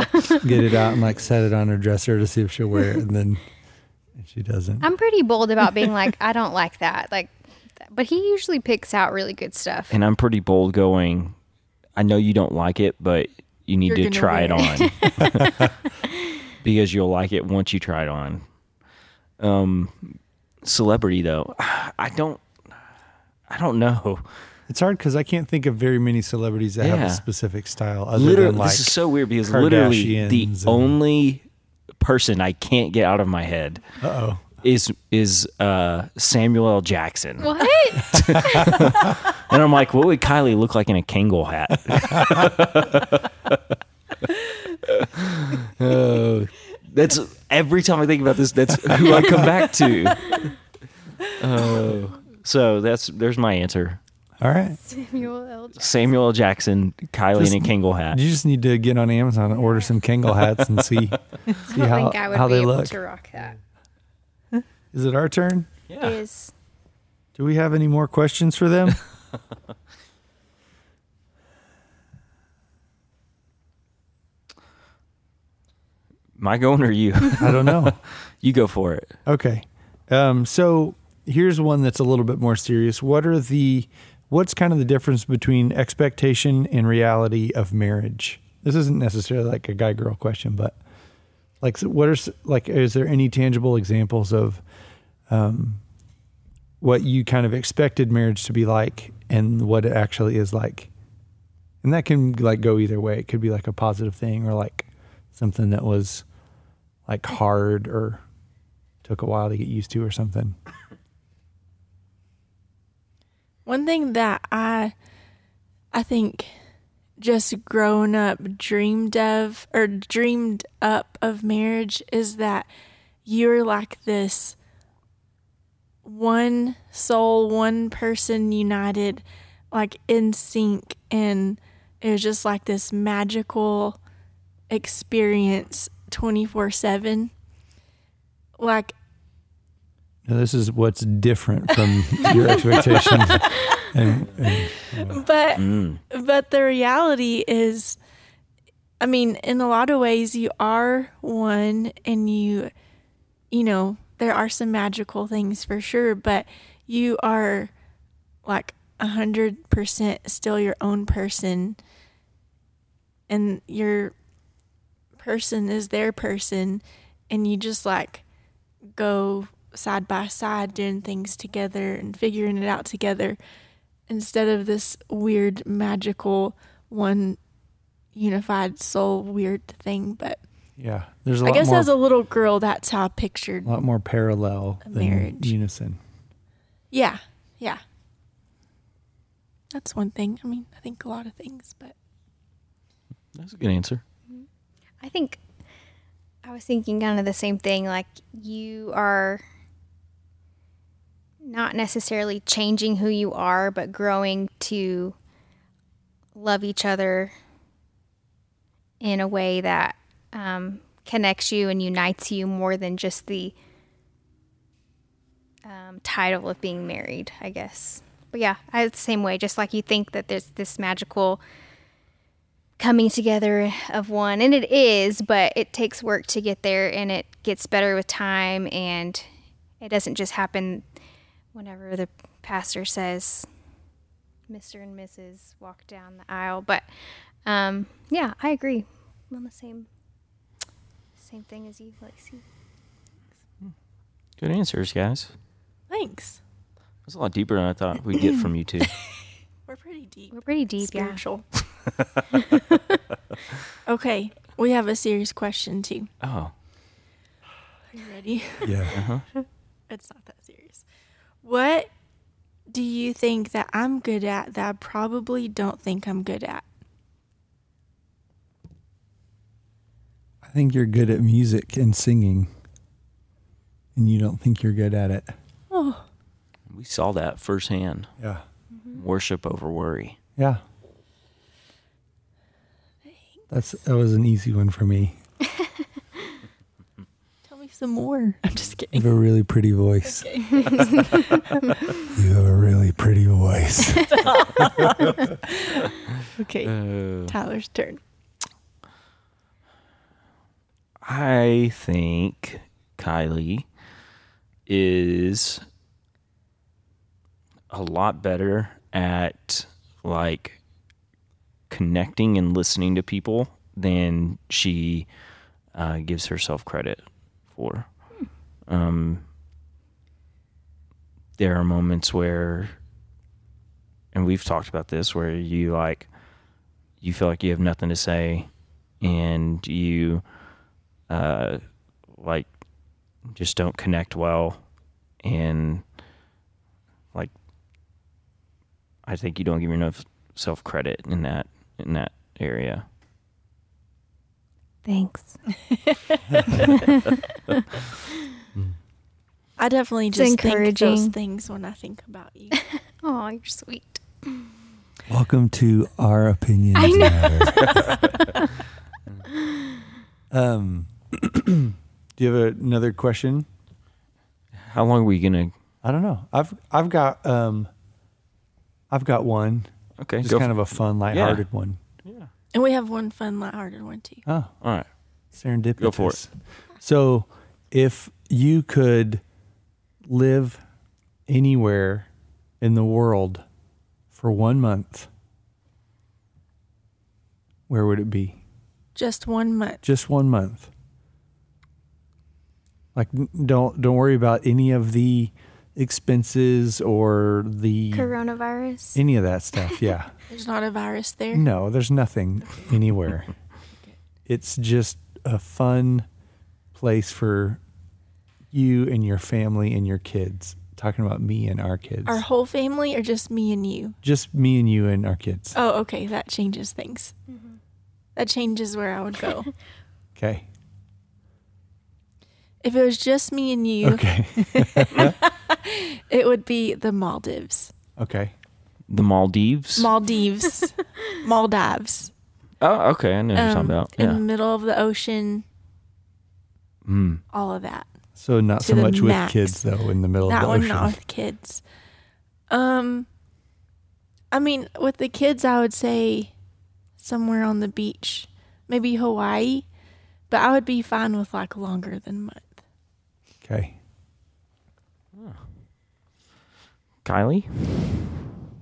Speaker 3: get it out and like set it on her dresser to see if she'll wear it, and then she doesn't.
Speaker 4: I'm pretty bold about being like, I don't like that. Like, th- but he usually picks out really good stuff.
Speaker 1: And I'm pretty bold going. I know you don't like it, but you need
Speaker 2: You're
Speaker 1: to
Speaker 2: gonna
Speaker 1: try it
Speaker 2: wear
Speaker 1: on because you'll like it once you try it on. Um, celebrity though, I don't, I don't know.
Speaker 3: It's hard because I can't think of very many celebrities that have
Speaker 1: Yeah.
Speaker 3: a specific style. Other
Speaker 1: Literally,
Speaker 3: than like,
Speaker 1: this is so weird because literally the
Speaker 3: Kardashians and-
Speaker 1: only person I can't get out of my head
Speaker 3: oh,
Speaker 1: is is uh, Samuel L. Jackson,
Speaker 4: What?
Speaker 1: and I'm like, what would Kylie look like in a Kangol hat? Oh, that's every time I think about this. That's who I come back to. Oh, so that's there's my answer.
Speaker 3: all right.
Speaker 4: Samuel L. Jackson.
Speaker 1: Samuel L. Jackson, Kylie
Speaker 3: Just-
Speaker 1: in a Kangol hat.
Speaker 3: You just need to get on Amazon and order some Kangol hats and see see
Speaker 4: I don't
Speaker 3: how,
Speaker 4: think I would
Speaker 3: how
Speaker 4: be
Speaker 3: they
Speaker 4: able
Speaker 3: look.
Speaker 4: to rock that.
Speaker 3: Is it our turn?
Speaker 1: Yeah.
Speaker 4: Is
Speaker 3: Do we have any more questions for them?
Speaker 1: Am I going or you?
Speaker 3: I don't know.
Speaker 1: you go for it.
Speaker 3: Okay. Um, so here's one that's a little bit more serious. What are the what's kind of the difference between expectation and reality of marriage? This isn't necessarily like a guy girl question, but like so what are s- like is there any tangible examples of um what you kind of expected marriage to be like and what it actually is like? And that can like go either way. It could be like a positive thing or like something that was like hard or took a while to get used to or something.
Speaker 2: One thing that I I think just growing up dreamed of or dreamed up of marriage is that you're like this one soul, one person united, like in sync and it was just like this magical experience 24/7. Like
Speaker 3: Now, this is what's different from your expectation. And, and-
Speaker 2: but but the reality is i mean in a lot of ways you are one and you you know there are some magical things for sure but you are like a hundred percent still your own person and your person is their person and you just like go side by side doing things together and figuring it out together instead of this weird magical one unified soul weird thing but
Speaker 3: yeah, there's a
Speaker 2: i
Speaker 3: lot
Speaker 2: guess
Speaker 3: more,
Speaker 2: as a little girl that's how i pictured
Speaker 3: lot more parallel than
Speaker 2: marriage.
Speaker 3: unison.
Speaker 2: yeah yeah that's one thing i mean i think a lot of things but
Speaker 1: That's a good answer.
Speaker 4: I think I was thinking kind of the same thing. Like you are not necessarily changing who you are, but growing to love each other in a way that um, connects you and unites you more than just the um, title of being married, I guess. But yeah, I, it's the same way. Just like you think that there's this magical coming together of one and it is but it takes work to get there and it gets better with time and it doesn't just happen whenever the pastor says mr and mrs walk down the aisle but um, yeah i agree i'm on the same same thing as you lacey
Speaker 1: Good answers, guys.
Speaker 2: thanks
Speaker 1: That's a lot deeper than I thought we'd get from you two.
Speaker 2: we're pretty deep
Speaker 4: we're pretty deep yeah
Speaker 2: spiritual okay we have a serious question too
Speaker 1: Oh,
Speaker 2: are you ready
Speaker 3: Yeah.
Speaker 2: it's not that serious what do you think that i'm good at that i probably don't think i'm good at
Speaker 3: I think you're good at music and singing, and you don't think you're good at it.
Speaker 2: oh
Speaker 1: we saw that firsthand.
Speaker 3: Yeah.
Speaker 1: Worship over worry.
Speaker 3: Yeah. That's that was an easy one for me.
Speaker 2: Tell me some more. I'm just
Speaker 3: You
Speaker 2: kidding.
Speaker 3: have a really pretty voice. you have a really pretty voice.
Speaker 2: Okay,
Speaker 1: Uh,
Speaker 2: Tyler's turn.
Speaker 1: I think Kylie is a lot better at like connecting and listening to people than she uh, gives herself credit for. Um, there are moments where and we've talked about this where you like you feel like you have nothing to say and you uh like just don't connect well and like I think you don't give enough self credit in that in that area.
Speaker 4: Thanks.
Speaker 2: I definitely
Speaker 4: It's
Speaker 2: just think those
Speaker 4: encouraging.
Speaker 2: things when I think about you.
Speaker 4: Oh, you're sweet.
Speaker 3: Welcome to our opinions.
Speaker 4: I know.
Speaker 3: Matter. um, do you have another question?
Speaker 1: How long are we gonna?
Speaker 3: I don't know. I've I've got um, I've got one.
Speaker 1: Okay,
Speaker 3: Just
Speaker 1: go
Speaker 3: kind of a fun, lighthearted one.
Speaker 2: and we have one fun, lighthearted one too.
Speaker 3: Oh,
Speaker 1: All right.
Speaker 3: serendipitous.
Speaker 1: Go for it.
Speaker 3: So, if you could live anywhere in the world for one month, where would it be?
Speaker 2: Just one month.
Speaker 3: Just one month. Like, n- don't don't worry about any of the expenses or the
Speaker 4: Coronavirus.
Speaker 3: any of that stuff. Yeah.
Speaker 2: There's not a virus there.
Speaker 3: No, there's nothing anywhere. it's just a fun place for you and your family and your kids. Talking about me and our kids.
Speaker 2: Our whole family or just me and you?
Speaker 3: just me and you and our kids.
Speaker 2: Oh, okay. That changes things. That changes where I would go.
Speaker 3: Okay.
Speaker 2: if it was just me and you,
Speaker 3: Okay.
Speaker 2: it would be the Maldives.
Speaker 3: okay.
Speaker 1: The Maldives.
Speaker 2: Maldives. Maldives.
Speaker 1: oh, okay. I know what you're talking
Speaker 2: Um,
Speaker 1: about.
Speaker 2: In the
Speaker 1: Yeah.
Speaker 2: middle of the ocean,
Speaker 1: Mm.
Speaker 2: all of that.
Speaker 3: So not
Speaker 2: To
Speaker 3: so
Speaker 2: the
Speaker 3: much with
Speaker 2: max.
Speaker 3: kids though in the middle
Speaker 2: that
Speaker 3: of the
Speaker 2: one
Speaker 3: ocean.
Speaker 2: not with kids um i mean with the kids i would say somewhere on the beach maybe hawaii but i would be fine with like longer than a month
Speaker 3: Okay.
Speaker 1: Kylie.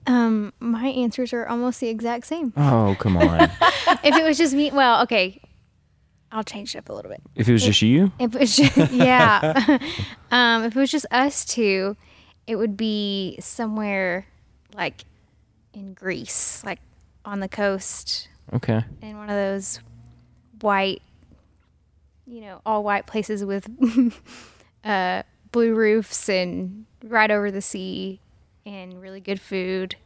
Speaker 4: Um, my answers are almost the exact same.
Speaker 1: Oh, come on.
Speaker 4: if it was just me, well, okay, I'll change it up a little bit.
Speaker 1: if it was just you,
Speaker 4: If it was just, yeah, um, if it was just us two, it would be somewhere like in Greece, like on the coast,
Speaker 1: okay.
Speaker 4: in one of those white, you know, all white places with uh, blue roofs and right over the sea, and really good food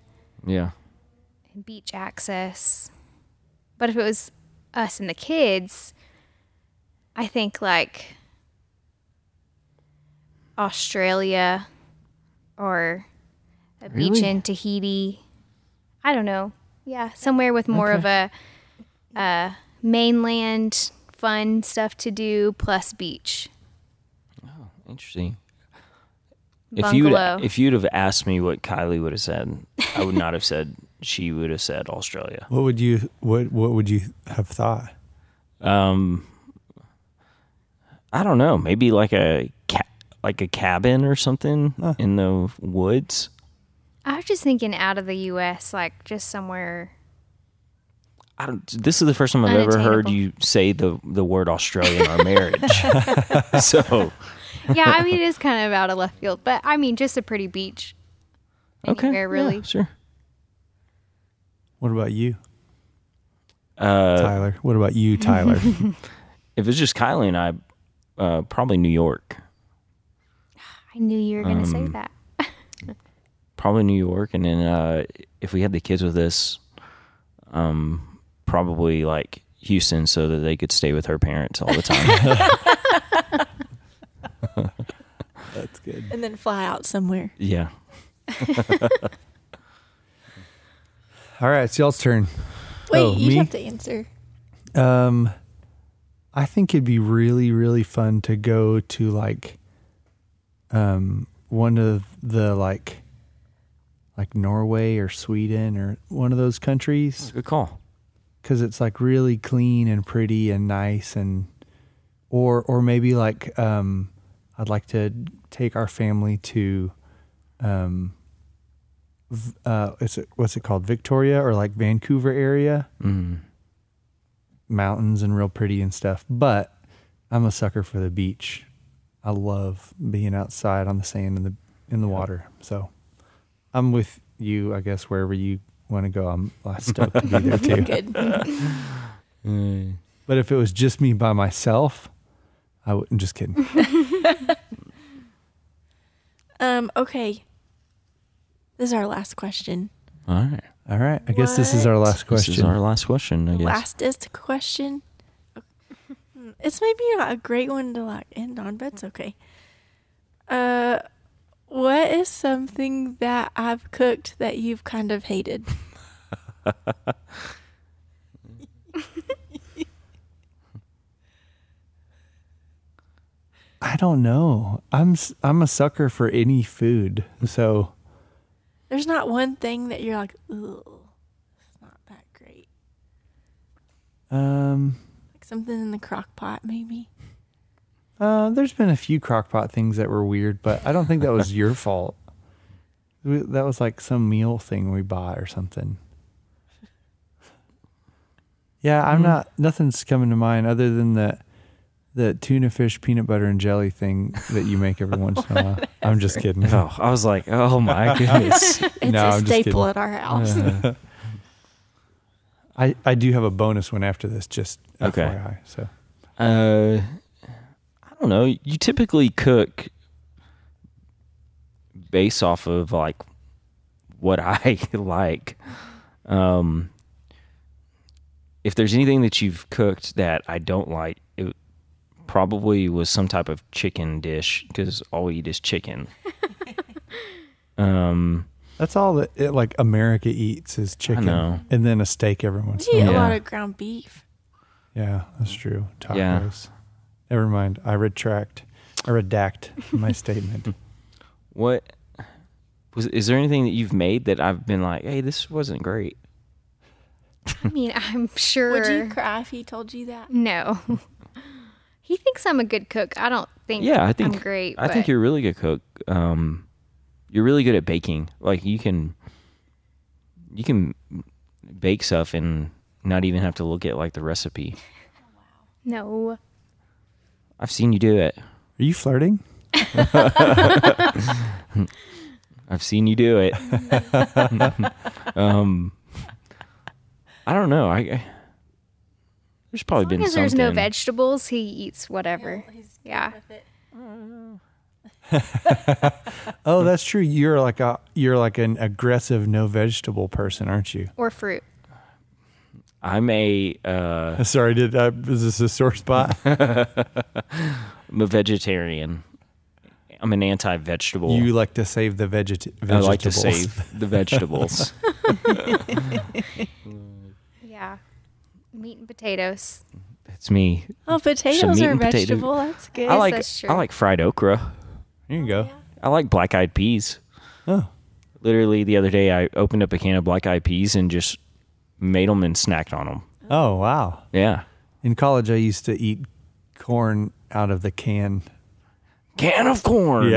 Speaker 1: Yeah.
Speaker 4: and beach access. But if it was us and the kids, I think like Australia or a beach
Speaker 1: Really?
Speaker 4: in Tahiti. I don't know. Yeah, somewhere with more of a uh, mainland fun stuff to do plus beach.
Speaker 1: Interesting. If you
Speaker 4: Bungalow.
Speaker 1: would, if you'd have asked me what Kylie would have said, I would not have said she would have said Australia.
Speaker 3: What would you what what would you have thought?
Speaker 1: Um, I don't know. Maybe like a ca- like a cabin or something in the woods.
Speaker 4: I was just thinking out of the US, like just somewhere
Speaker 1: I don't, this is the first time I've ever heard
Speaker 4: Unattainable.
Speaker 1: you say the the word Australia in our marriage. so
Speaker 4: yeah, I mean, it is kind of out of left field, but I mean, just a pretty beach.
Speaker 1: okay,
Speaker 4: Anywhere, really.
Speaker 1: yeah, sure.
Speaker 3: What about you,
Speaker 1: Uh,
Speaker 3: Tyler? What about you, Tyler?
Speaker 1: if it's just Kylie and I, uh, probably New York.
Speaker 4: I knew you were going to
Speaker 1: Um,
Speaker 4: say that.
Speaker 1: probably New York, and then uh, if we had the kids with us, um, probably like Houston, so that they could stay with her parents all the time.
Speaker 3: That's good.
Speaker 2: and then fly out somewhere
Speaker 1: yeah,
Speaker 3: All right, it's y'all's turn.
Speaker 2: wait
Speaker 3: Oh,
Speaker 2: you
Speaker 3: me?
Speaker 2: have to answer
Speaker 3: Um, I think it'd be really, really fun to go to like, um, one of the like, like Norway or Sweden or one of those countries
Speaker 1: good call.
Speaker 3: because it's like really clean and pretty and nice and, or or maybe like, um, I'd like to take our family to, um, v- uh, is it what's it called Victoria or like Vancouver area?
Speaker 1: Mm.
Speaker 3: mountains and real pretty and stuff, but I'm a sucker for the beach. I love being outside on the sand and the in the water. So I'm with you, I guess, wherever you want to go. I'm I'm stoked to be there too.
Speaker 2: Good.
Speaker 3: But if it was just me by myself, I would. I'm just kidding.
Speaker 2: Um, okay. This is our last question.
Speaker 1: All right.
Speaker 3: All right. I guess this is our
Speaker 2: What?
Speaker 3: last question.
Speaker 1: This is our last question, I guess.
Speaker 2: Lastest question. Hmm, It's maybe not a great one to like end on, but it's okay. Uh, what is something that I've cooked that you've kind of hated?
Speaker 3: I don't know. I'm s- I'm a sucker for any food. So
Speaker 2: There's not one thing that you're like, ugh, it's not that great.
Speaker 3: um,
Speaker 2: Like something in the crock pot, maybe.
Speaker 3: uh, there's been a few crockpot things that were weird, but I don't think that was your fault. We- That was like some meal thing we bought or something. Yeah, I'm not. Nothing's coming to mind other than that the tuna fish peanut butter and jelly thing that you make every once in a while. I'm just kidding.
Speaker 1: Oh, I was like, oh my goodness.
Speaker 2: It's
Speaker 3: No,
Speaker 2: a
Speaker 3: I'm just
Speaker 2: staple
Speaker 3: kidding.
Speaker 2: at our house.
Speaker 3: I, I do have a bonus one after this, just
Speaker 1: Okay.
Speaker 3: FYI. So
Speaker 1: Uh, I don't know. You typically cook based off of like what I like. Um, if there's anything that you've cooked that I don't like, it probably was some type of chicken dish because all we eat is chicken. um,
Speaker 3: that's all that it, like America eats is chicken,
Speaker 1: know.
Speaker 3: and then a steak every once
Speaker 2: We
Speaker 3: in
Speaker 2: eat
Speaker 3: a
Speaker 2: a
Speaker 3: while.
Speaker 1: Yeah.
Speaker 2: lot of ground beef.
Speaker 3: Yeah, that's true. Tacos.
Speaker 1: Yeah.
Speaker 3: Never mind. I retract. I redact my statement.
Speaker 1: what was? Is there anything that you've made that I've been like, hey, this wasn't great?
Speaker 4: I mean, I'm sure.
Speaker 2: Would you cry if he told you that?
Speaker 4: No. he thinks I'm a good cook. I don't think.
Speaker 1: Yeah, I think
Speaker 4: I'm great.
Speaker 1: I think
Speaker 4: but-
Speaker 1: you're a really good cook. Um, you're really good at baking. Like you can, you can bake stuff and not even have to look at like the recipe.
Speaker 4: No.
Speaker 1: I've seen you do it.
Speaker 3: Are you flirting?
Speaker 1: I've seen you do it. um, I don't know. I, I- there's probably
Speaker 4: As
Speaker 1: been
Speaker 4: long as
Speaker 1: something.
Speaker 4: there's no vegetables, he eats whatever. Yeah.
Speaker 3: Oh, that's true. You're like a you're like an aggressive no vegetable person, aren't you?
Speaker 4: Or fruit.
Speaker 1: I'm a uh,
Speaker 3: Sorry, did I, is this a sore spot?
Speaker 1: I'm a vegetarian. I'm an anti-vegetable.
Speaker 3: you like to save the veget- vegetables.
Speaker 1: I like to save the vegetables.
Speaker 4: Yeah. Meat and potatoes.
Speaker 1: That's me.
Speaker 2: Oh, potatoes
Speaker 1: meat
Speaker 2: are
Speaker 1: and potato-
Speaker 2: vegetable. That's good.
Speaker 1: I like
Speaker 4: that's true.
Speaker 1: I like fried okra.
Speaker 3: Here you go.
Speaker 1: I like black eyed peas.
Speaker 3: Oh,
Speaker 1: Literally the other day, I opened up a can of black eyed peas and just made them and snacked on them.
Speaker 3: oh wow.
Speaker 1: Yeah,
Speaker 3: In college, I used to eat corn out of the can.
Speaker 1: can of corn.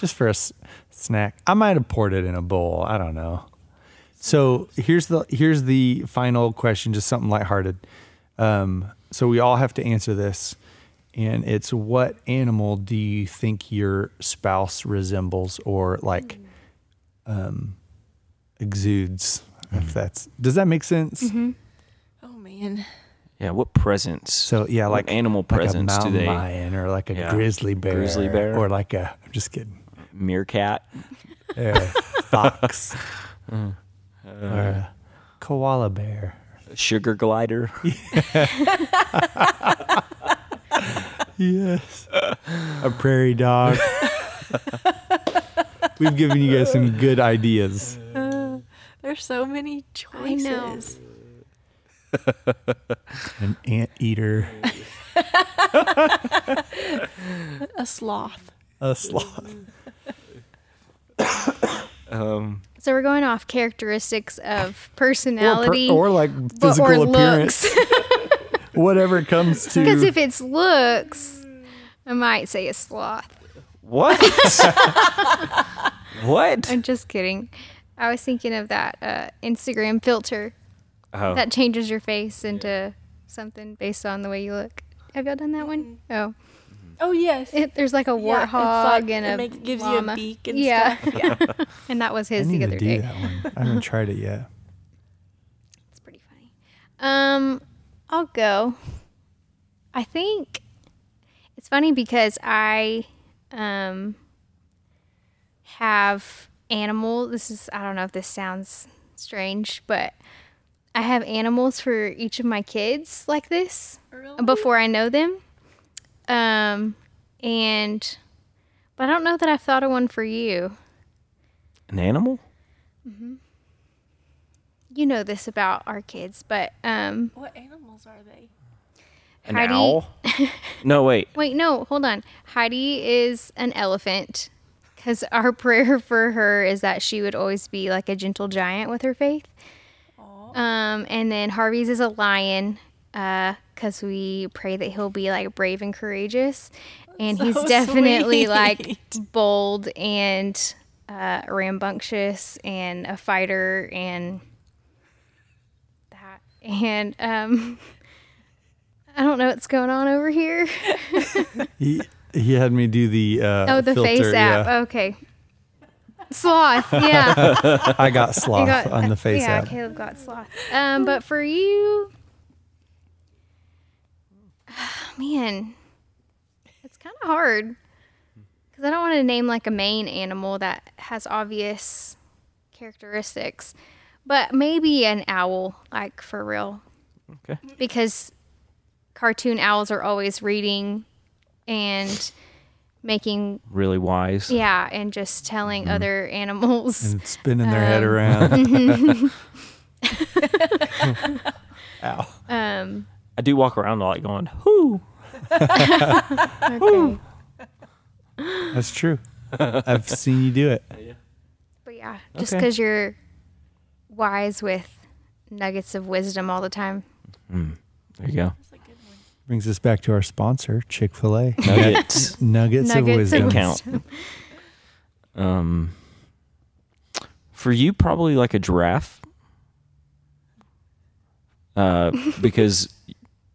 Speaker 3: just for a s- snack. I might have poured it in a bowl. I don't know. So here's the here's the final question, just something lighthearted. Um, so we all have to answer this, and it's what animal do you think your spouse resembles or like um, exudes?
Speaker 1: Mm-hmm.
Speaker 3: If that's does that make sense?
Speaker 2: oh man,
Speaker 1: yeah. What presents?
Speaker 3: So yeah,
Speaker 1: What
Speaker 3: like
Speaker 1: animal
Speaker 3: like a
Speaker 1: presents do
Speaker 3: mountain
Speaker 1: they?
Speaker 3: lion or like a
Speaker 1: Yeah.
Speaker 3: grizzly bear,
Speaker 1: Grizzly bear.
Speaker 3: or like a. I'm just kidding.
Speaker 1: Meerkat.
Speaker 3: Uh, fox, Mm. or a koala bear.
Speaker 1: Sugar glider.
Speaker 3: Yes, a prairie dog. We've given you guys some good ideas.
Speaker 2: there's so many choices.
Speaker 4: know.
Speaker 3: An anteater,
Speaker 2: A sloth.
Speaker 3: a sloth.
Speaker 1: Um,
Speaker 4: So we're going off characteristics of personality
Speaker 3: or like
Speaker 4: but-
Speaker 3: physical
Speaker 4: or
Speaker 3: appearance,
Speaker 4: looks.
Speaker 3: whatever it comes to.
Speaker 4: Because if it's looks, I might say a sloth.
Speaker 1: what? what?
Speaker 4: I'm just kidding. I was thinking of that uh, Instagram filter
Speaker 1: Oh,
Speaker 4: that changes your face into something based on the way you look. Have y'all done that one? Oh.
Speaker 2: Oh yes.
Speaker 4: It, there's like a
Speaker 2: Yeah,
Speaker 4: warthog
Speaker 2: it's like-
Speaker 4: and
Speaker 2: it
Speaker 4: a
Speaker 2: make- gives you
Speaker 4: llama.
Speaker 2: a beak and
Speaker 4: yeah,
Speaker 2: stuff. Yeah.
Speaker 4: and that was
Speaker 3: I
Speaker 4: his
Speaker 3: need to
Speaker 4: the other
Speaker 3: do
Speaker 4: day.
Speaker 3: that one. I haven't tried it yet.
Speaker 4: It's pretty funny. Um, I'll go. I think it's funny because I um have animal. This is I don't know if this sounds strange, but I have animals for each of my kids like this before I know them. Um, and but I don't know that I've thought of one for you.
Speaker 1: An animal?
Speaker 4: You know this about our kids, but um,
Speaker 2: what animals are they?
Speaker 1: An
Speaker 4: How do you-
Speaker 1: owl? no, wait.
Speaker 4: Wait, no, hold on. Heidi is an elephant because our prayer for her is that she would always be like a gentle giant with her faith. Um, and then Harvey's is a lion because we pray that he'll be like brave and courageous. And he's
Speaker 2: so
Speaker 4: definitely like
Speaker 2: sweet.
Speaker 4: bold and uh, rambunctious and a fighter and that. And um, I don't know what's going on over here.
Speaker 3: He he had me do the uh,
Speaker 4: Oh, the
Speaker 3: filter,
Speaker 4: face app.
Speaker 3: yeah.
Speaker 4: Okay. Sloth. Yeah.
Speaker 3: I got
Speaker 4: Oh. You
Speaker 3: sloth
Speaker 4: got-
Speaker 3: on the face
Speaker 4: yeah,
Speaker 3: app.
Speaker 4: Caleb got sloth. Um, but for you, man, it's kind of hard because I don't want to name like a main animal that has obvious characteristics, but maybe an owl, like for real,
Speaker 1: Okay.
Speaker 4: because cartoon owls are always reading and making
Speaker 1: Really wise.
Speaker 4: Yeah, and just telling other animals.
Speaker 3: And spinning their
Speaker 4: Um.
Speaker 3: head around. Ow.
Speaker 4: Um,
Speaker 1: I do walk around a lot going, whoo.
Speaker 4: okay.
Speaker 3: That's true. I've seen you do it.
Speaker 4: But yeah, just
Speaker 1: Okay.
Speaker 4: because you're wise with nuggets of wisdom all the time.
Speaker 1: There you go.
Speaker 3: Brings us back to our sponsor, Chick fil A.
Speaker 1: Nuggets.
Speaker 3: Nuggets, of
Speaker 4: Nuggets
Speaker 3: Wisdom.
Speaker 4: of
Speaker 1: Count. um, for you, probably like a giraffe. Uh, because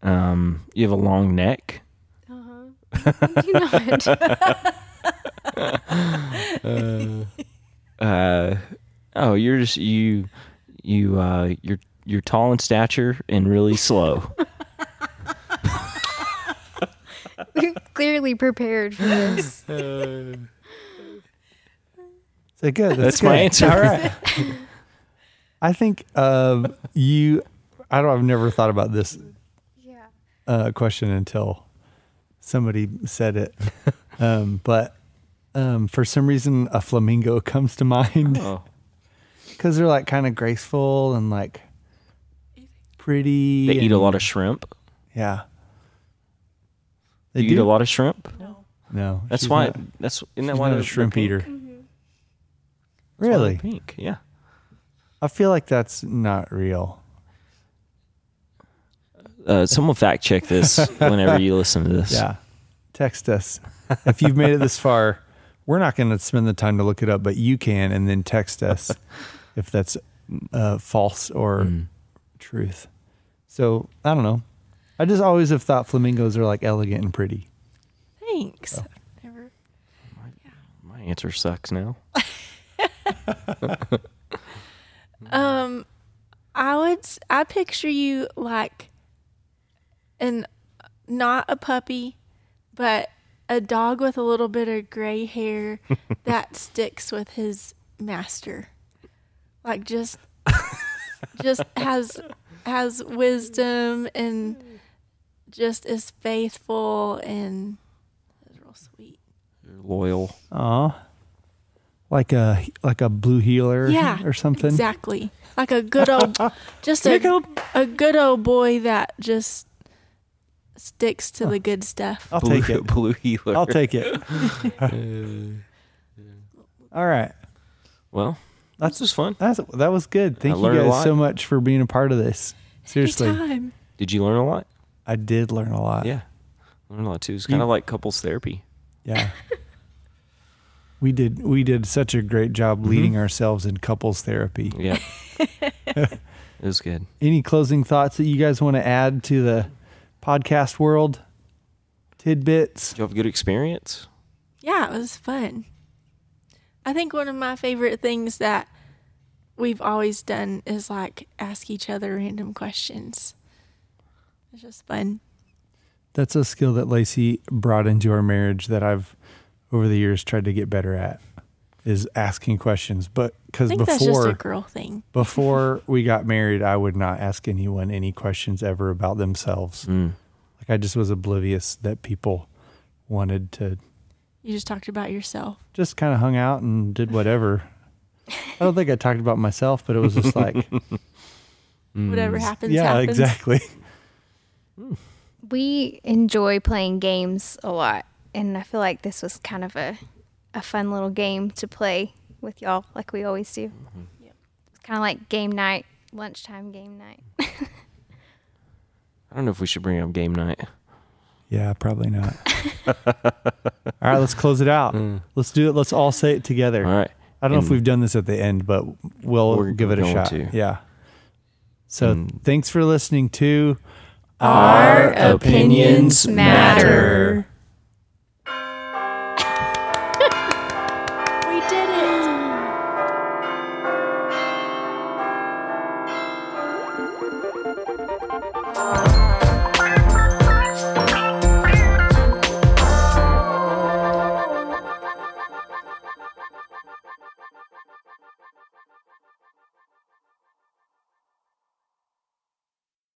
Speaker 1: um, you have a long neck.
Speaker 4: Do not.
Speaker 1: uh, oh, you're just you, you, uh, you're you're tall in stature and really slow.
Speaker 4: You're clearly prepared for this.
Speaker 3: Is that good?
Speaker 1: That's my
Speaker 3: good.
Speaker 1: answer.
Speaker 3: All right. I think um, you. I don't. I've never thought about this
Speaker 4: Yeah.
Speaker 3: uh, question until somebody said it. Um, but um, for some reason, a flamingo comes to mind
Speaker 1: oh,
Speaker 3: because they're like kind of graceful and like pretty.
Speaker 1: they eat a
Speaker 3: and-
Speaker 1: lot of shrimp.
Speaker 3: Yeah. They
Speaker 1: They you eat a lot of shrimp.
Speaker 3: No,
Speaker 1: That's
Speaker 3: she's
Speaker 1: why.
Speaker 3: not-
Speaker 1: that's isn't that
Speaker 3: she's
Speaker 1: why
Speaker 3: not
Speaker 1: they're
Speaker 3: a shrimp
Speaker 1: pink?
Speaker 3: eater.
Speaker 2: Mm-hmm.
Speaker 1: That's why they're
Speaker 3: Really,
Speaker 1: pink. Yeah.
Speaker 3: I feel like that's not real.
Speaker 1: Uh, someone fact check this whenever you listen to this.
Speaker 3: Yeah. Text us. If you've made it this far, we're not going to spend the time to look it up, but you can, and then text us if that's uh, false or truth. So I don't know. I just always have thought flamingos are like elegant and pretty.
Speaker 2: Thanks. Never.
Speaker 1: My answer sucks now.
Speaker 2: Um, I would. s- I picture you like, an, not a puppy, but a dog with a little bit of gray hair that sticks with his master, like just, just has has wisdom and just is faithful and is real sweet.
Speaker 1: You're loyal.
Speaker 3: Aw. Like a like a blue healer
Speaker 2: Yeah,
Speaker 3: or something.
Speaker 2: Exactly. Like a good old, just a, a good old boy that just sticks to
Speaker 3: Oh.
Speaker 2: the good stuff.
Speaker 3: I'll
Speaker 1: blue,
Speaker 3: take it.
Speaker 1: Blue healer.
Speaker 3: I'll take it. Uh, All right.
Speaker 1: Well,
Speaker 3: That's-
Speaker 1: that's just fun.
Speaker 3: That's that was good. Thank you
Speaker 1: learned a
Speaker 3: guys
Speaker 1: lot.
Speaker 3: so much for being a part of this. Seriously,
Speaker 2: Anytime.
Speaker 1: Did you learn a lot?
Speaker 3: I did learn a lot.
Speaker 1: Yeah. Learn a lot too. It's kind of like couples therapy.
Speaker 3: Yeah. we did we did such a great job
Speaker 1: Mm-hmm.
Speaker 3: leading ourselves in couples therapy.
Speaker 1: Yeah. it was good.
Speaker 3: Any closing thoughts that you guys want to add to the podcast world? tidbits.
Speaker 1: Did you have a good experience?
Speaker 2: Yeah, it was fun. I think one of my favorite things that we've always done is like ask each other random questions. It's just fun.
Speaker 3: That's a skill that Lacey brought into our marriage that I've over the years tried to get better at is asking questions. But
Speaker 2: I
Speaker 3: because
Speaker 2: think that's just a
Speaker 3: before
Speaker 2: girl thing.
Speaker 3: before we got married, I would not ask anyone any questions ever about themselves.
Speaker 1: Mm.
Speaker 3: Like I just was oblivious that people wanted to
Speaker 2: You just talked about yourself.
Speaker 3: just kind of hung out and did whatever. I don't think I talked about myself, but it was just like,
Speaker 2: Whatever happens,
Speaker 3: Mm. yeah,
Speaker 2: happens.
Speaker 3: exactly.
Speaker 4: We enjoy playing games a lot, and I feel like this was kind of a, a fun little game to play with y'all, like we always do. It's kind of like game night, lunchtime game night.
Speaker 1: I don't know if we should bring up game night.
Speaker 3: Yeah, probably not. all right, let's close it out. Let's do it. Let's all say it together.
Speaker 1: Mm. All right.
Speaker 3: I don't know if
Speaker 1: And-
Speaker 3: we've done this at the end, but we'll
Speaker 1: We're
Speaker 3: give it a
Speaker 1: going
Speaker 3: shot.
Speaker 1: to. Hmm.
Speaker 3: Yeah. So
Speaker 1: And-
Speaker 3: thanks for listening to
Speaker 4: Our opinions matter.